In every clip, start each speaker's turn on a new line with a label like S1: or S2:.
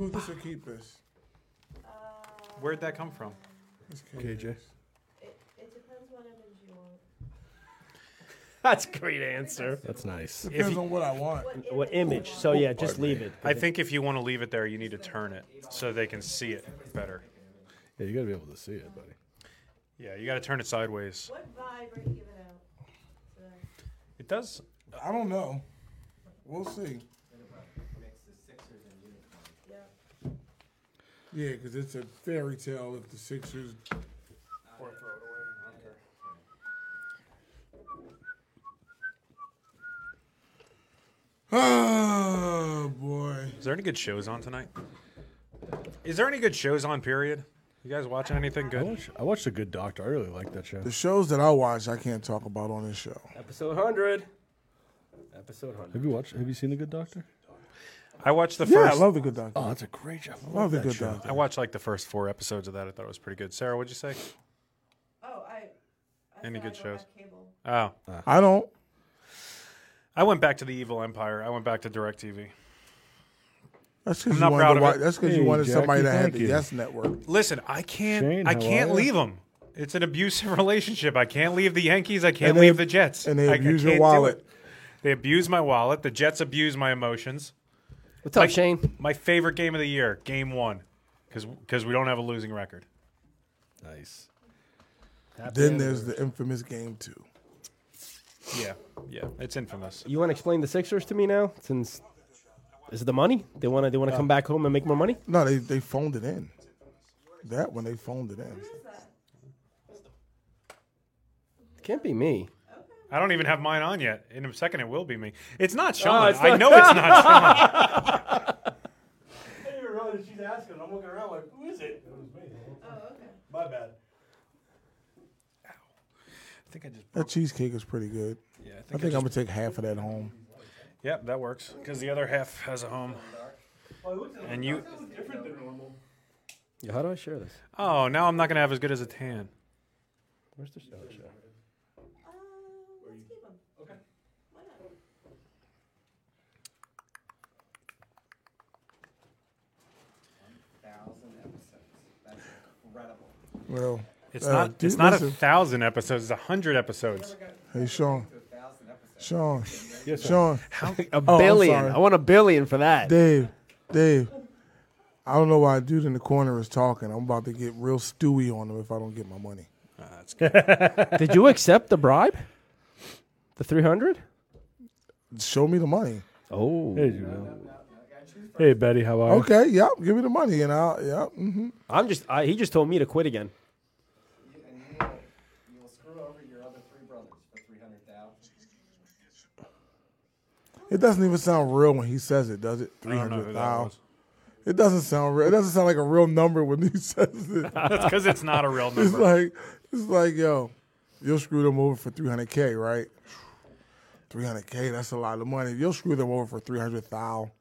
S1: Lose this or keep this?
S2: Where'd that come from?
S1: Let's keep
S3: KJ.
S1: this.
S4: It, it depends what image you want.
S5: That's a great answer.
S3: That's nice.
S1: Depends on what I want.
S5: What image? So yeah, just leave it.
S2: I think if you want to leave it there, you need to turn it so they can see it better.
S3: Yeah, you gotta be able to see it, buddy.
S2: Yeah, you got to turn it sideways.
S4: What vibe are you giving out today?
S2: It does.
S1: I don't know. We'll see.
S4: Yeah.
S1: Yeah, because it's a fairy tale if the Sixers. Oh boy!
S2: Is there any good shows on tonight? Is there any good shows on? Period. You guys watching anything
S3: I
S2: good?
S3: watched, I watched a good doctor. I really like that show.
S1: The shows that I watch, I can't talk about on this show.
S5: Episode hundred. Episode hundred.
S3: Have you watched? Have you seen the Good Doctor?
S2: I watched the
S1: Yeah, I
S2: first.
S1: love the good doctor.
S3: Oh, that's a great show. I love,
S1: love the
S3: that
S1: good
S3: show.
S1: doctor.
S2: I watched like the first four episodes of that. I thought it was pretty good. Sarah, what'd you say?
S4: Oh, I. I
S2: Any
S4: said I
S2: good
S4: don't
S2: shows?
S4: have Cable.
S2: Oh,
S1: I don't.
S2: I went back to the Evil Empire. I went back to Directv.
S1: That's because
S2: I'm
S1: you
S2: not proud
S1: wanted. To
S2: of
S1: watch,
S2: it.
S1: that's because
S3: Hey,
S1: you wanted somebody
S3: Jackie,
S1: that had
S3: thank
S1: the
S3: you.
S1: Yes Network.
S2: Listen, I can't.
S3: Shane,
S2: I
S3: how
S2: can't
S3: are ya?
S2: leave them. It's an abusive relationship. I can't leave the Yankees. I can't
S1: And they-
S2: leave the Jets.
S1: and they
S2: I- I
S1: abuse your
S2: can't do it.
S1: wallet.
S2: They abuse my wallet. The Jets abuse my emotions.
S5: What's up,
S2: Like-
S5: Shane?
S2: My favorite game of the year, Game One, because we don't have a losing record.
S3: Nice.
S1: Then there's the infamous game two.
S2: Yeah, yeah, it's infamous.
S5: You want to explain the Sixers to me now? Since is it the money? They want to. They want to come back home and make more money.
S1: No, they they phoned it in. That one they phoned it in.
S4: What is that?
S5: Can't be me.
S2: I don't even have mine on yet. In a second, it will be me. It's not Sean.
S5: Oh, it's
S2: I
S5: not-
S2: know it's not Sean.
S6: I didn't even realize she's asking. I'm looking around like, who is it? It was me.
S4: Oh, okay.
S6: My bad.
S2: I think I just.
S1: That cheesecake is pretty good.
S2: Yeah, I
S1: I
S2: think.
S1: think I'm gonna take half of that home.
S2: Yep, that works. Because the other half has a home.
S6: Well, it looks a
S2: And you.
S6: little different than normal.
S5: Yeah, how do I share this?
S2: Oh, now I'm not gonna have as good as a tan.
S5: Where's the show? show?
S4: Uh, let's keep them.
S6: Okay.
S4: Why not?
S7: thousand episodes. That's incredible.
S1: Well,
S2: It's
S1: Uh,
S2: not.
S1: dude,
S2: it's not a
S1: listen.
S2: thousand episodes. It's a hundred episodes.
S1: hey Sean,
S7: To a thousand episodes.
S1: Sewn, Sean,
S5: A
S1: I'm
S5: billion.
S1: sorry.
S5: I want a billion for that.
S1: Dave, Dave. I don't know why dude in the corner is talking. I'm about to get real stewy on him if I don't get my money.
S5: Did you accept the bribe? The three hundred?
S1: Show me the money.
S5: Oh,
S3: Hey, you know. Hey, Betty, how are you?
S1: Okay, yep, give me the money and I'll yep. hmm
S5: I'm just. I, he just told me to quit again.
S7: You, and you will, you will screw over your other three brothers for three hundred thousand.
S1: It doesn't even sound real when he says it, does it?
S2: I
S1: Three
S2: don't know who
S1: hundred
S2: that
S1: thousand.
S2: was.
S1: It doesn't sound real. It doesn't sound like a real number when he says it.
S2: That's because it's not a real
S1: It's
S2: number.
S1: like it's like yo, you'll screw them over for three hundred k, right? Three hundred k, that's a lot of money. You'll screw them over for three hundred thousand.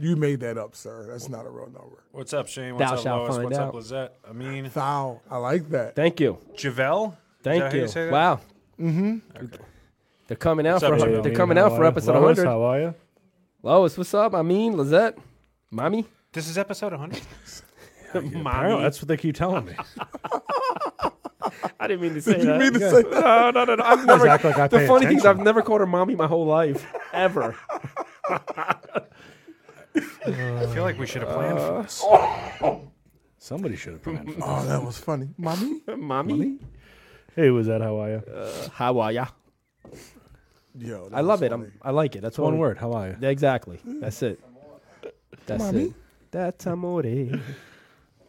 S1: You made that up, sir. That's not a real number.
S2: What's up, Shane?
S5: Thou
S2: What's up,
S5: shalt
S2: Lois?
S5: find
S2: What's up,
S5: out.
S2: Lizette? I mean,
S1: Thou, I like that.
S5: Thank you.
S2: Javel. Is that
S5: Thank
S2: how
S5: you.
S2: say that?
S5: Wow. Mm-hmm. They're coming out
S2: What's up,
S5: for
S2: Jimmy?
S5: they're coming out for episode
S3: Lois,
S5: 100.
S3: How are you?
S5: Lois, what's up? I mean, Lizette, mommy,
S2: This is episode 100.
S3: Apparently, that's what they keep telling me.
S5: I didn't mean to say
S1: You
S5: that.
S1: mean to say that?
S5: no, no, no, no. I've never.
S3: act like I
S5: the
S3: pay
S5: funny thing is, I've
S3: attention.
S5: never called her mommy my whole life, ever.
S2: I feel like we should have planned for this.
S3: Somebody should have planned. for that.
S1: Oh, that was funny, mommy.
S5: mommy,
S3: Hey, was that how are you?
S5: how are ya?
S1: Yo,
S5: I love it. I'm, I like it. That's
S3: One
S5: what-
S3: word. How are you?
S5: Exactly. That's it. That's
S1: Mommy?
S5: it. That's amore. Yeah,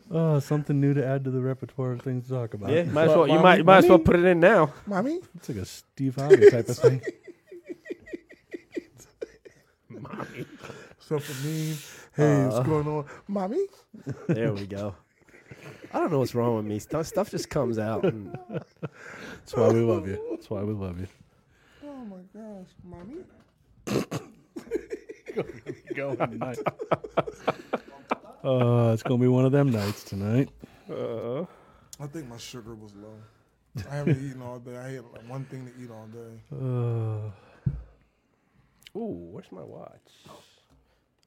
S3: Oh, something new to add to the repertoire of things to talk about.
S5: might as well, you might, you might as well put it in now.
S1: mommy.
S3: It's like a Steve Harvey type of thing.
S1: So for me, hey,
S5: Uh.
S1: what's going on, mommy?
S5: There we go. I don't know what's wrong with me. Stuff, stuff just comes out. and-
S3: That's why we love you. That's why we love you.
S1: Oh my gosh, mommy.
S3: Uh, it's gonna be one of them nights tonight.
S1: I think my sugar was low. I haven't eaten all day. I had like one thing to eat all day.
S3: Uh,
S5: Ooh, where's my watch?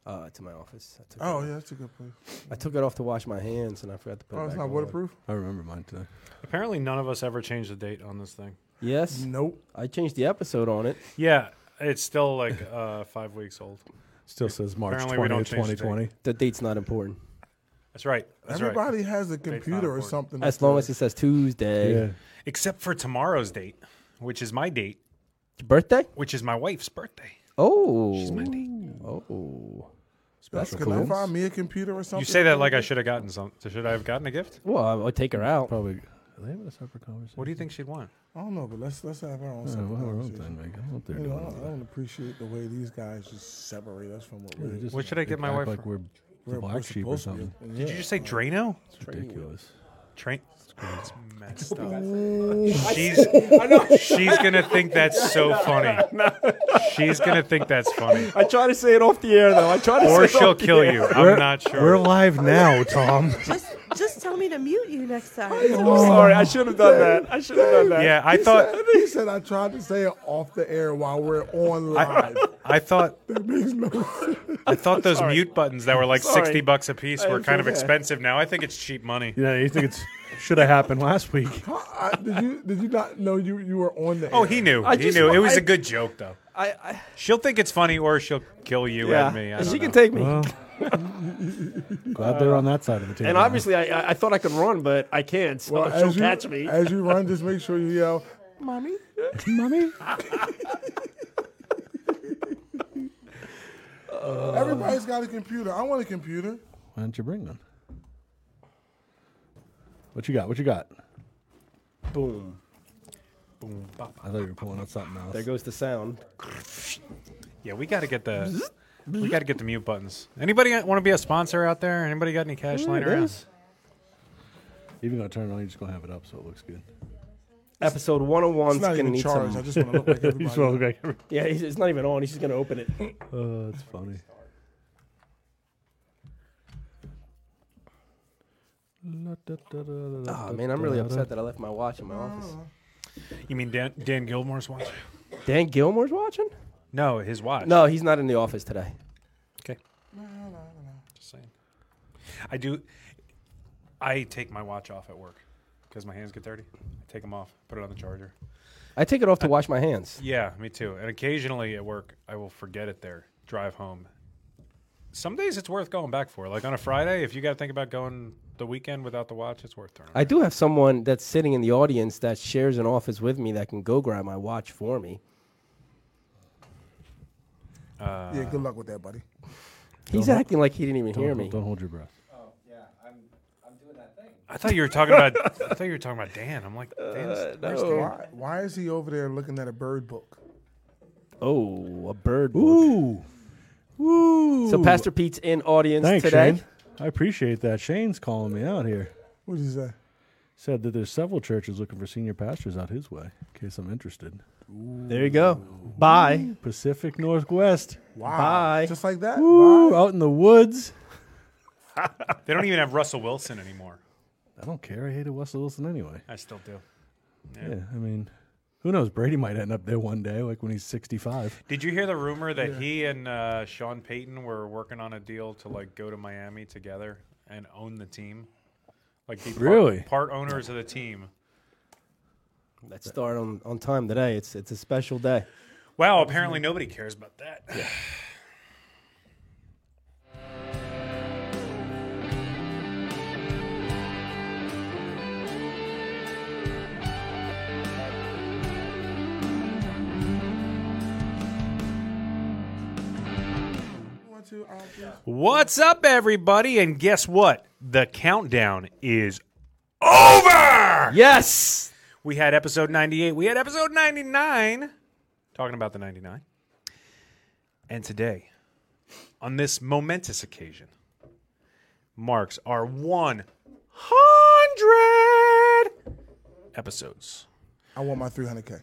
S5: uh, to my office. I took
S1: Oh
S5: it,
S1: yeah, that's a good point.
S5: I took it off to wash my hands, and I forgot to put it
S1: Oh,
S5: back
S1: it's not
S5: on.
S1: waterproof.
S3: I remember mine today.
S2: Apparently, none of us ever changed the date on this thing.
S5: Yes,
S1: Nope.
S5: I changed the episode on it.
S2: Yeah, it's still like uh, five weeks old.
S8: Still says March
S2: Apparently we don't
S8: twentieth,
S2: change the
S8: twenty
S2: date.
S8: twenty.
S5: The date's not important.
S2: That's right. That's right.
S1: Everybody has a
S2: not
S1: computer or
S2: important.
S1: something.
S5: As long as it says Tuesday.
S8: Yeah.
S2: Except for tomorrow's date, which is my date,
S5: Your birthday?
S2: which is my wife's birthday.
S5: Oh.
S2: It's my date.
S5: Oh.
S1: that's can I
S5: cool.
S1: find me a computer or something?
S2: You say that like I should have gotten something. Should I have gotten a gift?
S5: Well, I would take her out.
S8: Probably. Are they having a separate conversation?
S2: What do you think she'd want?
S1: I don't know, but let's let's have our own.
S8: Yeah,
S1: separate
S8: we'll have our own
S1: conversation.
S8: thing, Mike. I don't know what they're
S1: You know, I
S8: doing.
S1: don't, I don't appreciate the way these guys just separate us from what we're.
S8: They just
S2: What should I get my
S8: act
S2: wife
S8: Like
S2: for-
S8: we're
S1: we're-
S8: the
S1: we're
S8: black sheep or
S1: supposed to
S8: something.
S1: be.
S2: Did you just say Drano?
S8: It's ridiculous.
S2: Train. It's messed up. She's she's gonna think that's so funny. She's gonna think that's funny,
S5: I try to say it off the air, though. I try to
S2: or she'll kill you. I'm not
S3: We're
S2: sure.
S3: live now, Tom.
S4: Just, just tell me to mute you next time.
S5: Sorry, I should have done that. I should have done that.
S2: Yeah, I thought
S1: He said I tried to say it off the air while we're on live.
S2: I thought
S1: that makes no sense.
S2: I thought those mute buttons that were like
S5: Sorry.
S2: sixty bucks a piece were
S5: it's
S2: kind of
S5: okay.
S2: expensive now. I think it's cheap money.
S8: Yeah, you think it's should have happened last week?
S1: I, I- did you did you not know you you were on the?
S2: Oh,
S1: air?
S2: he knew.
S5: I
S2: he
S5: just-
S2: knew. It was
S5: I-
S2: a good joke though.
S5: I, I,
S2: She'll think it's funny, or she'll kill you
S5: yeah.
S2: and me. I
S5: she
S2: don't know.
S5: can take me.
S8: Well, glad they're on that side of the table.
S9: And
S8: now.
S9: obviously, I, I- I thought I could run, but I can't. So
S1: Well,
S9: she'll
S1: as you,
S9: catch me.
S1: as you run. Just make sure you yell.
S5: Mommy?
S1: Everybody's got a computer. I want a computer.
S8: why don't you bring one? What you got? What you got?
S5: Boom.
S8: I thought you were pulling out something else.
S5: There goes the sound.
S2: Yeah, we got to get the we got to get the mute buttons. Anybody want to be a sponsor out there? Anybody got any cash lying
S5: There it
S2: around?
S5: is.
S8: Even though I turn it on, you're just gonna have it up so it looks good.
S5: Episode
S1: It's
S5: 101 's
S1: not
S5: gonna
S1: even
S5: need
S1: charged. I
S5: some.
S1: just want to look like everybody.
S5: Yeah, he's, it's not even on. He's just gonna open it.
S8: Oh, that's funny. Ah,
S5: Oh man, I'm really upset that I left my watch in my office.
S2: You mean Dan, Dan Gilmore's watch?
S5: Dan Gilmore's watching?
S2: No, his watch.
S5: No, he's not in the office today.
S2: Okay. Just saying. I do. I take my watch off at work because my hands get dirty. I take them off, put it on the charger.
S5: I take it off to wash my hands.
S2: Yeah, me too. And occasionally at work, I will forget it there, drive home. Some days it's worth going back for. Like on a Friday, if you got to think about going the weekend without the watch, it's worth throwing.
S5: I do have someone that's sitting in the audience that shares an office with me that can go grab my watch for me.
S1: Yeah, good luck with that, buddy.
S5: He's acting like he didn't even hear me.
S8: Don't hold your breath.
S7: Oh, yeah, I'm, I'm doing that thing.
S2: I thought you were talking about. I thought you were talking about Dan. I'm like, Dan's, where's Dan?
S1: Why, why is he over there looking at a bird book?
S5: Oh, a bird. book.
S8: Ooh, woo!
S5: So Pastor Pete's in audience
S8: Thanks,
S5: today.
S8: Shane. I appreciate that. Shane's calling me out here.
S1: What is that?
S8: Said that there's several churches looking for senior pastors out his way. In case I'm interested.
S5: There you go.
S9: Bye.
S8: Pacific Northwest.
S1: Wow.
S5: Bye.
S1: Just like that.
S8: Woo!
S1: Bye.
S8: Out in the woods.
S2: They don't even have Russell Wilson anymore.
S8: I don't care. I hated Russell Wilson anyway.
S2: I still do.
S8: Yeah, I mean, who knows? Brady might end up there one day, like when he's 65.
S2: Did you hear the rumor that he and uh, Sean Payton were working on a deal to like go to Miami together and own the team? Like be part,
S8: Really?
S2: part owners of the team.
S5: Let's start on, on time today. It's it's a special day.
S2: Wow, apparently nobody cares about that.
S1: One, two, all three.
S2: What's up, everybody? And guess what? The countdown is over.
S5: Yes.
S2: We had episode 98. We had episode 99. Talking about the 99. And today, on this momentous occasion, marks our 100 episodes.
S1: I want my 300K.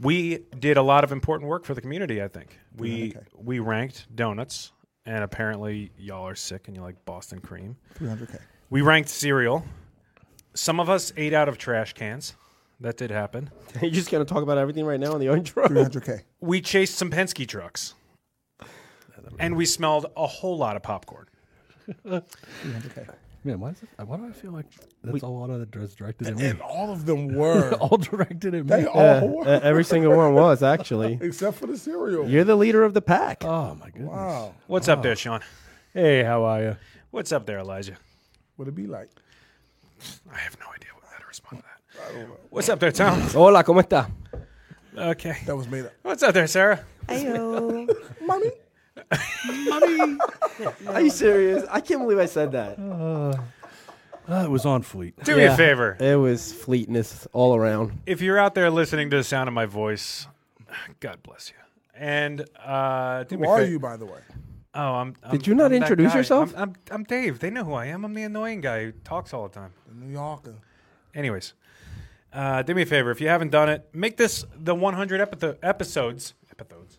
S2: We did a lot of important work for the community, I think. We
S1: Okay.
S2: we ranked donuts, and apparently y'all are sick and you like Boston cream.
S1: 300K.
S2: We ranked cereal. Some of us ate out of trash cans. That did happen.
S5: You're just gonna talk about everything right now in the intro.
S1: 300K.
S2: We chased some Penske trucks.
S8: that was-
S2: and we smelled a whole lot of popcorn.
S8: man, why, is it, why do I feel like that's a lot of that was directed at me?
S1: And all of them were.
S8: All directed at me.
S1: they all
S5: Uh,
S1: were.
S5: every single one was actually.
S1: Except for the cereal.
S5: You're the leader of the pack.
S8: Oh my goodness.
S1: Wow.
S2: What's up there, Sean?
S8: Hey, how are you?
S2: What's up there, Elijah?
S1: What'd it be like?
S2: I have no idea what how to respond to that. What's up there, Tom?
S5: Hola, cómo está?
S2: Okay.
S1: That was made up.
S2: What's up there, Sarah?
S4: Ayo.
S1: Mommy.
S5: Are you serious? I can't believe I said that.
S8: Uh, it was on fleet.
S2: Do me a
S5: Yeah.
S2: favor.
S5: It was fleetness all around.
S2: If you're out there listening to the sound of my voice, God bless you. And uh, do
S1: Who
S2: me a
S1: are
S2: fa-
S1: you, by the way?
S2: Oh, I'm. I'm
S5: Did you not
S2: I'm that
S5: introduce
S2: guy.
S5: yourself?
S2: I'm, I'm, I'm Dave. They know who I am. I'm the annoying guy who talks all the time.
S1: The New Yorker.
S2: Anyways, uh, do me a favor. If you haven't done it, make this the 100 epitho- episodes. Episodes.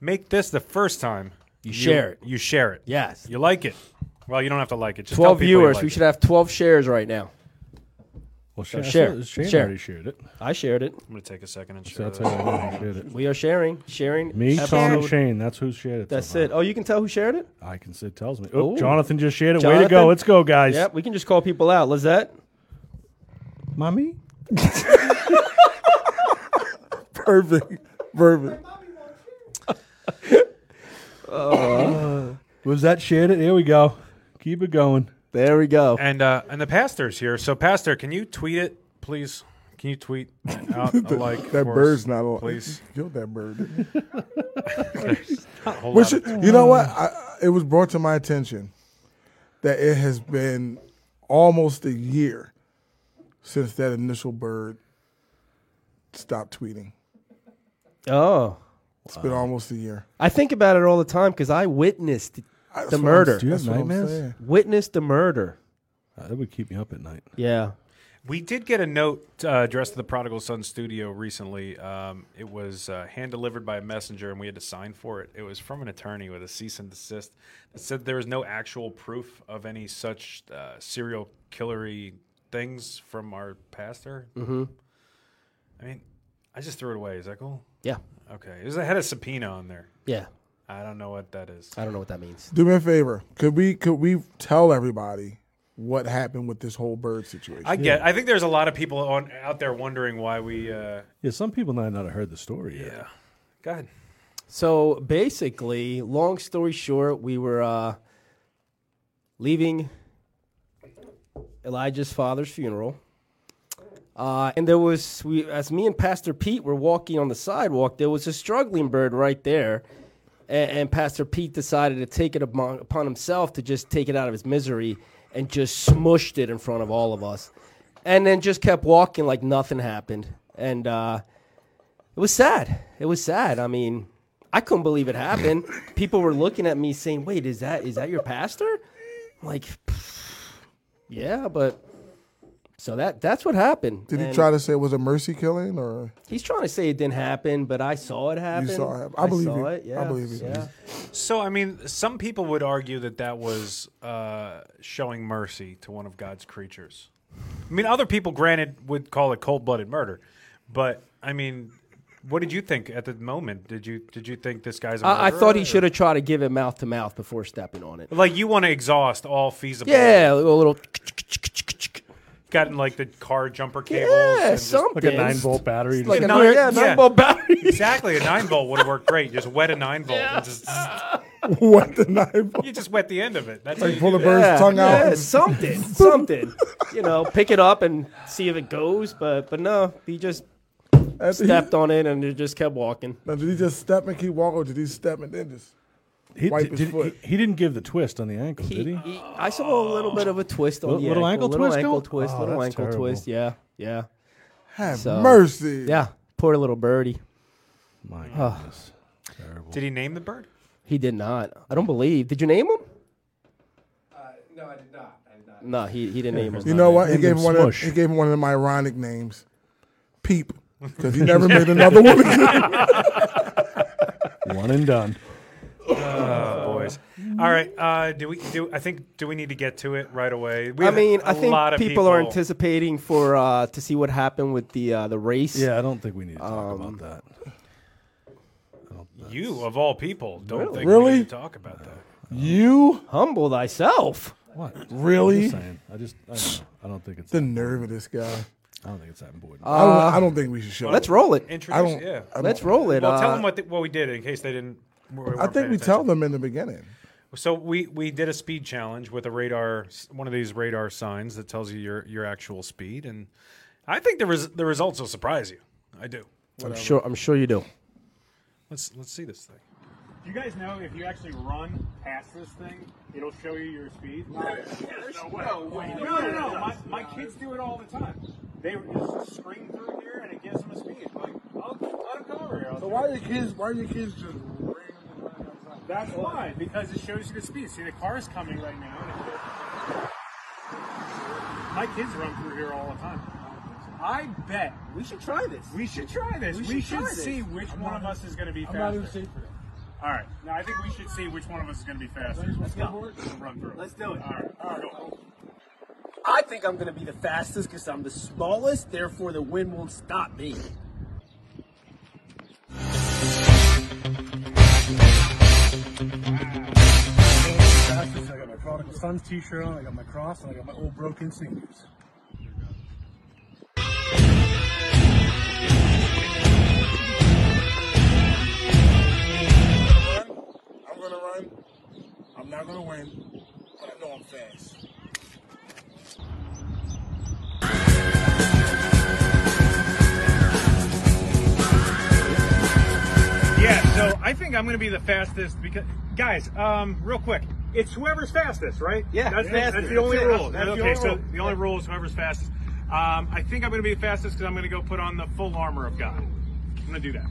S2: Make this the first time you,
S5: share it.
S2: You share it.
S5: Yes.
S2: You like it. Well, you don't have to like it. Just tell
S5: 12
S2: people you
S5: viewers.
S2: like
S5: We
S2: it.
S5: should have 12 shares right now.
S8: Well, share,
S5: share,
S8: Shane
S5: share.
S8: already shared it.
S5: I shared it.
S2: I'm gonna take a second and
S8: So
S2: share
S8: that's
S2: this.
S8: how I shared it.
S5: We are sharing. Sharing.
S8: Me, Tom, and
S5: episode.
S8: Shane. That's who shared it.
S5: That's
S8: so
S5: it.
S8: far.
S5: Oh, you can tell who shared it?
S8: I can. It tells me. Oh,
S5: Ooh.
S8: Jonathan just shared it. Way to
S5: Jonathan?
S8: go. Let's go, guys.
S5: Yep. We can just call people out. Lizette?
S8: Mommy.
S1: Perfect. Perfect.
S8: Was that shared it? Here we go. Keep it going.
S5: There we go.
S2: And uh, and the pastor's here. So pastor, can you tweet it, please? Can you tweet out a like?
S1: That
S2: for us,
S1: bird's not on.
S2: Please.
S1: You Killed that bird. didn't you?
S2: A whole
S1: Which,
S2: lot of-
S1: you know what? I, I- it was brought to my attention that it has been almost a year since that initial bird stopped tweeting.
S5: Oh.
S1: It's been almost a year.
S5: I think about it all the time because I witnessed
S1: That's what
S5: The
S1: I'm-
S5: murder.
S8: Do you have
S1: that's what I'm
S8: nightmares?
S1: saying.
S5: witnessed the murder.
S8: Uh, that would keep me up at night.
S5: Yeah.
S2: we did get a note uh, addressed to the Prodigal Son Studio recently. Um, it was uh, hand delivered by a messenger, and we had to sign for it. It was from an attorney with a cease and desist that said there was no actual proof of any such uh, serial killery things from our pastor. Mm-hmm. I mean, I just threw it away. Is that cool?
S5: Yeah.
S2: Okay, there's a head of subpoena on there.
S5: Yeah.
S2: I don't know what that is.
S5: I don't know what that means.
S1: Do me a favor. Could we could we tell everybody what happened with this whole bird situation?
S2: I get. I think there's a lot of people on out there wondering why we. Uh,
S8: Yeah, some people might not have heard the story yet.
S2: yeah. Go ahead.
S5: So basically, long story short, we were uh, leaving Elijah's father's funeral. Uh, and there was, we, as me and Pastor Pete were walking on the sidewalk, there was a struggling bird right there. And, and Pastor Pete decided to take it upon, upon himself to just take it out of his misery and just smushed it in front of all of us. And then just kept walking like nothing happened. And uh, it was sad. It was sad. I mean, I couldn't believe it happened. People were looking at me saying, "Wait, is that is that your pastor?" I'm like, yeah, but so that that's what happened.
S1: Did he
S5: And
S1: try to say it was a mercy killing or
S5: He's trying to say it didn't happen, but I saw it happen.
S1: saw it happen. I believe
S5: saw
S1: you.
S5: it.
S1: I
S5: Yeah,
S1: believe you.
S5: Yeah.
S2: So I mean, some people would argue that that was uh, showing mercy to one of God's creatures. I mean, other people, granted, would call it cold-blooded murder, but I mean, what did you think at the moment? Did you did you think this guy's? A
S5: I, I
S2: murderer,
S5: thought he
S2: or-
S5: should have tried to give it mouth to mouth before stepping on it.
S2: Like you want to exhaust all feasible.
S5: Yeah, a little.
S2: Gotten like the car jumper cables. and
S5: Yeah,
S2: just-
S5: something.
S8: Like a nine volt battery.
S5: Like a
S2: Nine-
S5: nine, yeah, nine
S2: yeah.
S5: volt battery.
S2: Exactly, a nine volt would have worked great. Just wet a nine volt. And just,
S1: what the knife?
S2: you just wet the end of it. That's how you
S1: Pull
S2: do
S1: the bird's
S2: that.
S1: tongue out.
S5: yeah, something, something. You know, pick it up and see if it goes. But but no, he just
S1: After he-
S5: stepped on it and it just kept walking.
S1: now, did he just step and keep walking or did he step and then just
S8: He,
S1: Wipe
S8: did,
S1: his
S8: did-
S1: foot.
S8: he, he didn't give the twist on the ankle,
S5: He,
S8: did he?
S5: he- I saw a little bit of a twist on
S8: Little-
S5: the
S8: little
S5: ankle,
S8: ankle
S5: little
S8: twist
S5: ankle
S8: going?
S5: twist,
S8: Oh,
S5: little
S8: that's
S5: ankle
S8: terrible.
S5: twist. Yeah, yeah,
S1: have
S5: So-
S1: mercy?
S5: yeah. Poor little birdie.
S8: My goodness. Terrible.
S2: Did he name the bird?
S5: He did not. I don't believe. Did you name him?
S7: Uh, no, I did not. I did not.
S5: No, he, he didn't name him.
S1: You know what? He
S8: Named
S1: gave
S8: him
S1: him one of
S8: Smush.
S1: he gave him one of them ironic names. Peep. Because he never made another one again.
S8: One and done.
S2: boys.
S5: Mm-hmm.
S2: All right. Uh, do we do? I think do we need to get to it right away? We
S5: I
S2: have
S5: mean,
S2: a
S5: I think
S2: lot of
S5: people, are anticipating for uh, to see what happened with the uh, the race.
S8: Yeah, I don't think we need to talk about that. I don't, I
S2: You of all people don't think
S1: Really?
S2: we need to talk about that.
S1: You
S5: Humble thyself.
S8: What?
S1: really?
S8: Just saying. I just I don't, know. I don't think it's
S1: The nerve of this guy.
S8: I don't think it's that important.
S1: I, don't, I don't think we should show.
S5: Let's
S1: it.
S5: roll it.
S1: I
S2: Introduce,
S1: don't.
S2: yeah.
S1: I,
S5: Let's
S1: don't-
S5: roll it.
S2: Well, tell
S5: uh,
S2: them what, the, what we did in case they didn't. weren't
S1: I think
S2: paying
S1: we tell
S2: attention.
S1: them in the beginning.
S2: So we we did a speed challenge with a radar, one of these radar signs that tells you your your actual speed, and I think the res, the results will surprise you. I do.
S5: I'm sure. I'm sure you do.
S2: Let's let's see this thing.
S10: You guys know if you actually run past this thing, it'll show you your speed. No way. No, no, no. My, my kids do it all the time. They just scream through here and it gives them a speed. Like, "Oh, I'll let them come over here. I'll do it.
S1: are your kids? Why are your kids just?
S10: That's why, because it shows you the speed. See, the car is coming right now. and it- My kids run through here all the time. I bet
S7: We should try this.
S10: we should try this. We should,
S7: try this.
S10: see which one of us is going to be faster. All right. Now I think we should see which one of us is going to be faster. Let's go. Run through. Let's do it. All right. All right. Go.
S9: I think I'm going to be the fastest because I'm the smallest, therefore the wind won't stop me.
S6: Fastest, I got my prodigal son's t-shirt on, I got my cross, and I got my old broken singers.
S1: I'm gonna run. I'm not gonna win, but I know I'm fast.
S10: Yeah. So I think I'm going to be the fastest because, guys, um, real quick, it's whoever's fastest, right?
S9: Yeah,
S10: That's, the,
S9: fastest.
S10: that's the only
S9: That's it.
S10: rule.
S9: That's the
S10: okay.
S9: only
S10: so
S9: rule.
S10: the only rule is whoever's fastest. Um, I think I'm going to be the fastest because I'm going to go put on the full armor of God. I'm going to do that.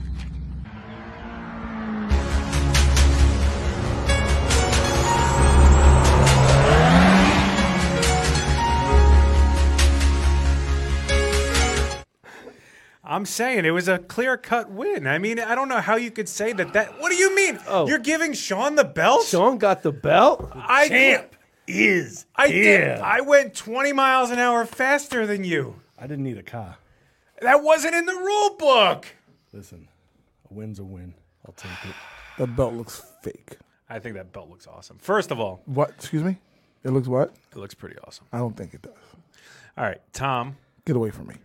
S2: I'm saying it was a clear cut win. I mean, I don't know how you could say that. That what do you mean?
S5: Oh.
S2: You're giving Sean the belt?
S5: Sean got the belt.
S2: I champ is. I did.
S8: here.
S2: I went 20 miles an hour faster than you.
S8: I didn't need a car.
S2: That wasn't in the rule book.
S8: Listen, a win's a win. I'll take it.
S1: The belt looks fake.
S2: I think that belt looks awesome. First of all,
S1: What? Excuse me. It looks what?
S2: it looks pretty awesome.
S1: I don't think it does.
S2: All right, Tom.
S1: Get away from me.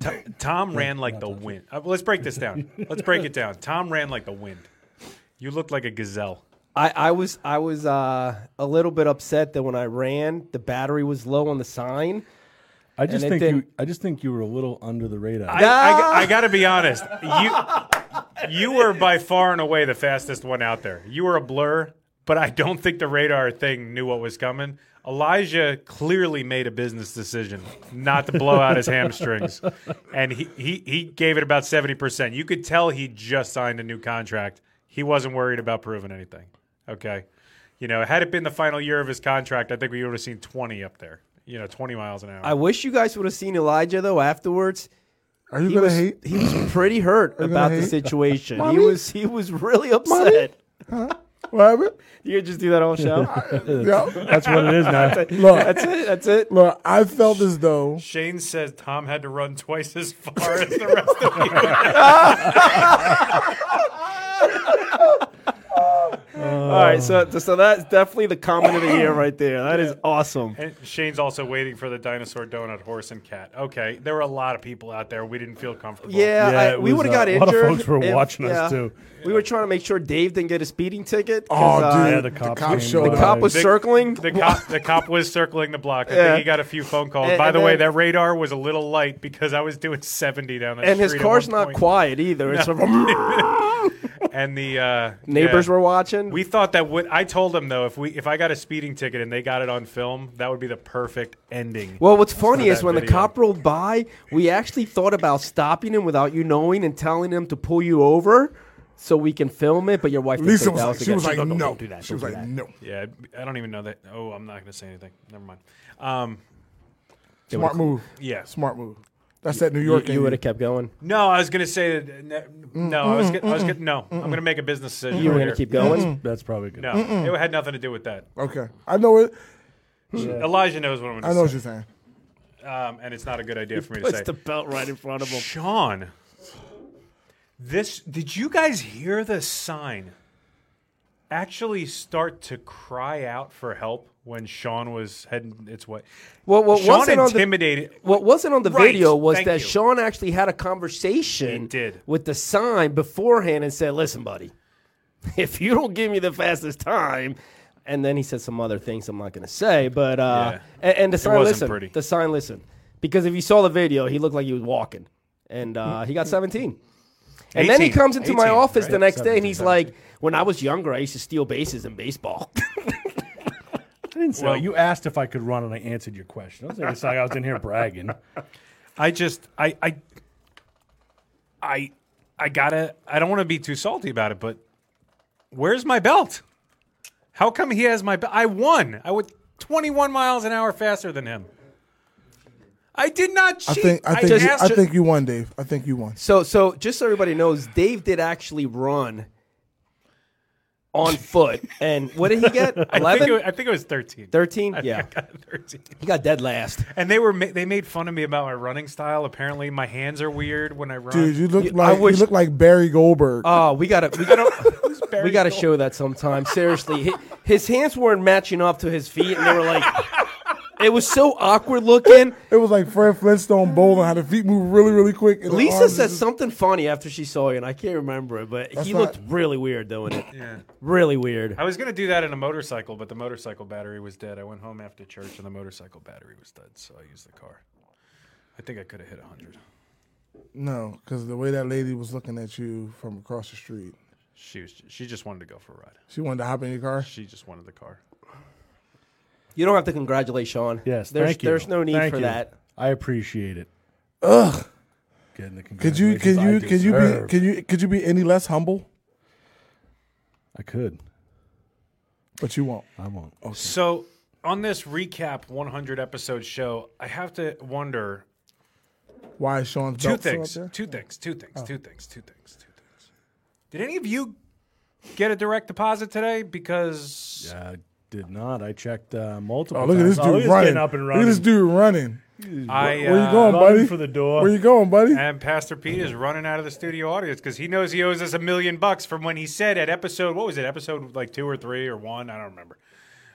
S2: T- Tom ran like the wind. Uh, let's break this down. Let's break it down. Tom ran like the wind. You looked like a gazelle.
S5: I, I was I was uh, a little bit upset that when I ran, the battery was low on the sign.
S8: I just
S5: it
S8: think
S5: didn't-
S8: you. I just think you were a little under the radar.
S2: I, I, I got to be honest. You you were by far and away the fastest one out there. You were a blur, but I don't think the radar thing knew what was coming. Elijah clearly made a business decision not to blow out his hamstrings, and he, he, he gave it about 70%. You could tell he just signed a new contract. He wasn't worried about proving anything. Okay. You know, had it been the final year of his contract, I think we would have seen 20 up there, you know, 20 miles an hour.
S5: I wish you guys would have seen Elijah though afterwards.
S1: Are you
S5: He
S1: gonna
S5: was,
S1: hate?
S5: he was pretty hurt
S1: you gonna
S5: about the
S1: hate?
S5: situation. he
S1: Mommy?
S5: was he was really upset.
S1: What happened?
S5: You could just do that whole show.
S1: Yeah.
S8: That's what it is now.
S1: Look,
S5: that's it. That's
S8: Uh.
S5: it.
S1: look. I felt as though
S2: Shane says Tom had to run twice as far as the rest of you.
S5: All right. So so that's definitely the comment of the year right there. That is awesome.
S2: And Shane's also waiting for the dinosaur donut, horse and cat. Okay, there were a lot of people out there. We didn't feel comfortable.
S5: Yeah,
S8: Yeah,
S5: I-
S8: it
S5: we
S8: was,
S5: would have
S8: uh,
S5: got
S8: a
S5: injured.
S8: lot of folks were watching us, too.
S5: We were trying to make sure Dave didn't get a speeding ticket.
S1: Oh,
S5: 'cause, uh,
S1: dude.
S8: Yeah,
S1: The
S8: the cop,
S1: cop showed
S5: the cop was
S2: The-
S5: circling.
S2: The cop, the cop was circling the block. I
S5: Yeah.
S2: think he got a few phone calls.
S5: And-
S2: By
S5: and
S2: the way,
S5: then-
S2: that radar was a little light because I was doing seventy down that
S5: and his
S2: street at
S5: car's
S2: one
S5: not
S2: point.
S5: quiet either. It's a-
S2: And the uh,
S5: neighbors
S2: yeah.
S5: were watching.
S2: We thought that would. I told them though, if we if I got a speeding ticket and they got it on film, that would be the perfect ending.
S5: well, what's funny
S2: For
S5: is
S2: that
S5: when the
S2: video.
S5: cop rolled by, we actually thought about stopping him without you knowing and telling him to pull you over so we can film it. But your wife didn't
S1: Lisa
S5: think
S1: was
S5: that
S1: like,
S5: was a
S1: she
S5: good-
S1: was like,
S5: don't- don't-
S1: no.
S5: don't do that.
S1: She was
S5: don't do
S1: like,
S5: that.
S1: no.
S2: yeah, I don't even know that. Oh, I'm not going to say anything. Never mind. Um,
S1: Smart move.
S2: yeah,
S1: Smart move. That's that New
S5: You-
S1: York.
S5: you
S1: in
S5: would have kept going.
S2: No, I was gonna say that. No, I was. Gonna, I was gonna, no, I'm gonna make a business decision.
S5: You were
S2: right
S5: going to
S2: here.
S5: keep going.
S8: That's probably good.
S2: No, it had nothing to do with that.
S1: Okay, I know it.
S2: Elijah knows what I'm
S1: I know
S2: gonna
S1: what
S2: say,
S1: you're saying.
S2: um, and it's not a good idea for me to
S5: Puts
S2: say.
S5: the belt right in front of him.
S2: Sean, This did you guys hear the sign actually start to cry out for help when Sean was heading its way?
S5: What, what
S2: Sean
S5: wasn't
S2: intimidated.
S5: On the, what wasn't on the
S2: Right,
S5: video was
S2: thank
S5: that
S2: you.
S5: Sean actually had a conversation
S2: He did.
S5: with the sign beforehand and said, "Listen, buddy, if you don't give me the fastest time." And then he said some other things I'm not going to say, but uh, a- and, the sign
S2: wasn't
S5: listen,
S2: pretty.
S5: the sign listen, because if you saw the video, he looked like he was walking, and uh, he got 17. And then he
S2: 18,
S5: comes into my
S2: 18,
S5: office the
S2: right?
S5: next day, and he's like, "When I was younger, I used to steal bases in baseball."
S8: I didn't say
S2: Well-
S8: you asked if I could run, and I answered your question. I was like, it's like I was in here bragging.
S2: I just I I I I gotta I don't want to be too salty about it, but where's my belt? How come he has my belt? I won. I was 21 miles an hour faster than him. I did not
S1: I
S2: cheat.
S1: think I think you,
S2: asked
S1: I
S2: you-
S1: think you won, Dave. I think you won.
S5: So, so just so everybody knows, Dave did actually run on foot, and what did he get?
S2: I think, it,
S5: Eleven.
S2: was- I think it was 13.
S5: 13?
S2: I think
S5: Yeah.
S2: I got 13.
S5: He got dead last.
S2: And they were ma- they made fun of me about my running style. Apparently, my hands are weird when I run.
S1: Dude, you look
S5: You- I
S1: like
S5: wish-
S1: you look like Barry Goldberg.
S5: Oh, we gotta, we gotta, we gotta show that sometime. Seriously, his, his hands weren't matching up to his feet, and they were like, it was so awkward looking.
S1: it was like Fred Flintstone bowling, how the feet move really, really quick. and the
S5: Lisa
S1: arms
S5: said
S1: just-
S5: something funny after she saw you, and I can't remember it, but he
S1: not-
S5: looked really weird doing it. Really weird.
S2: I was gonna do that in a motorcycle, but the motorcycle battery was dead. I went home after church, and the motorcycle battery was dead, so I used the car. I think I could have hit hundred.
S1: No, because the way that lady was looking at you from across the street,
S2: She was, she just wanted to go for a ride.
S1: she wanted to hop in your car.
S2: She just wanted the car.
S5: You don't have to congratulate Sean.
S8: Yes,
S5: there's,
S8: thank you.
S5: There's no need
S8: Thank
S5: for
S8: you.
S5: that.
S8: I appreciate it.
S1: Ugh.
S8: Getting the
S1: Could you can you
S8: congratulations
S1: can you
S8: I
S1: be
S8: deserve.
S1: can you could you be any less humble?
S8: I could.
S1: But you won't.
S8: I won't.
S2: So on this recap 100 episode show, I have to wonder
S1: Why is Sean's
S2: two
S1: belt still
S2: things,
S1: up there? Oh.
S2: two things, two things, two things, two things, two things. Did any of you get a direct deposit today? Because
S8: I did not. I checked uh, multiple.
S1: Oh, look at
S8: times.
S1: this dude
S8: he's
S1: running.
S8: getting up and
S1: Look
S8: running.
S1: at this dude running. Where
S2: I
S1: you
S2: uh,
S1: going,
S8: running
S1: buddy?
S8: for the door.
S1: Where you going, buddy?
S2: And Pastor Pete is running out of the studio audience because he knows he owes us a million bucks from when he said at episode what was it episode like two or three or one I don't remember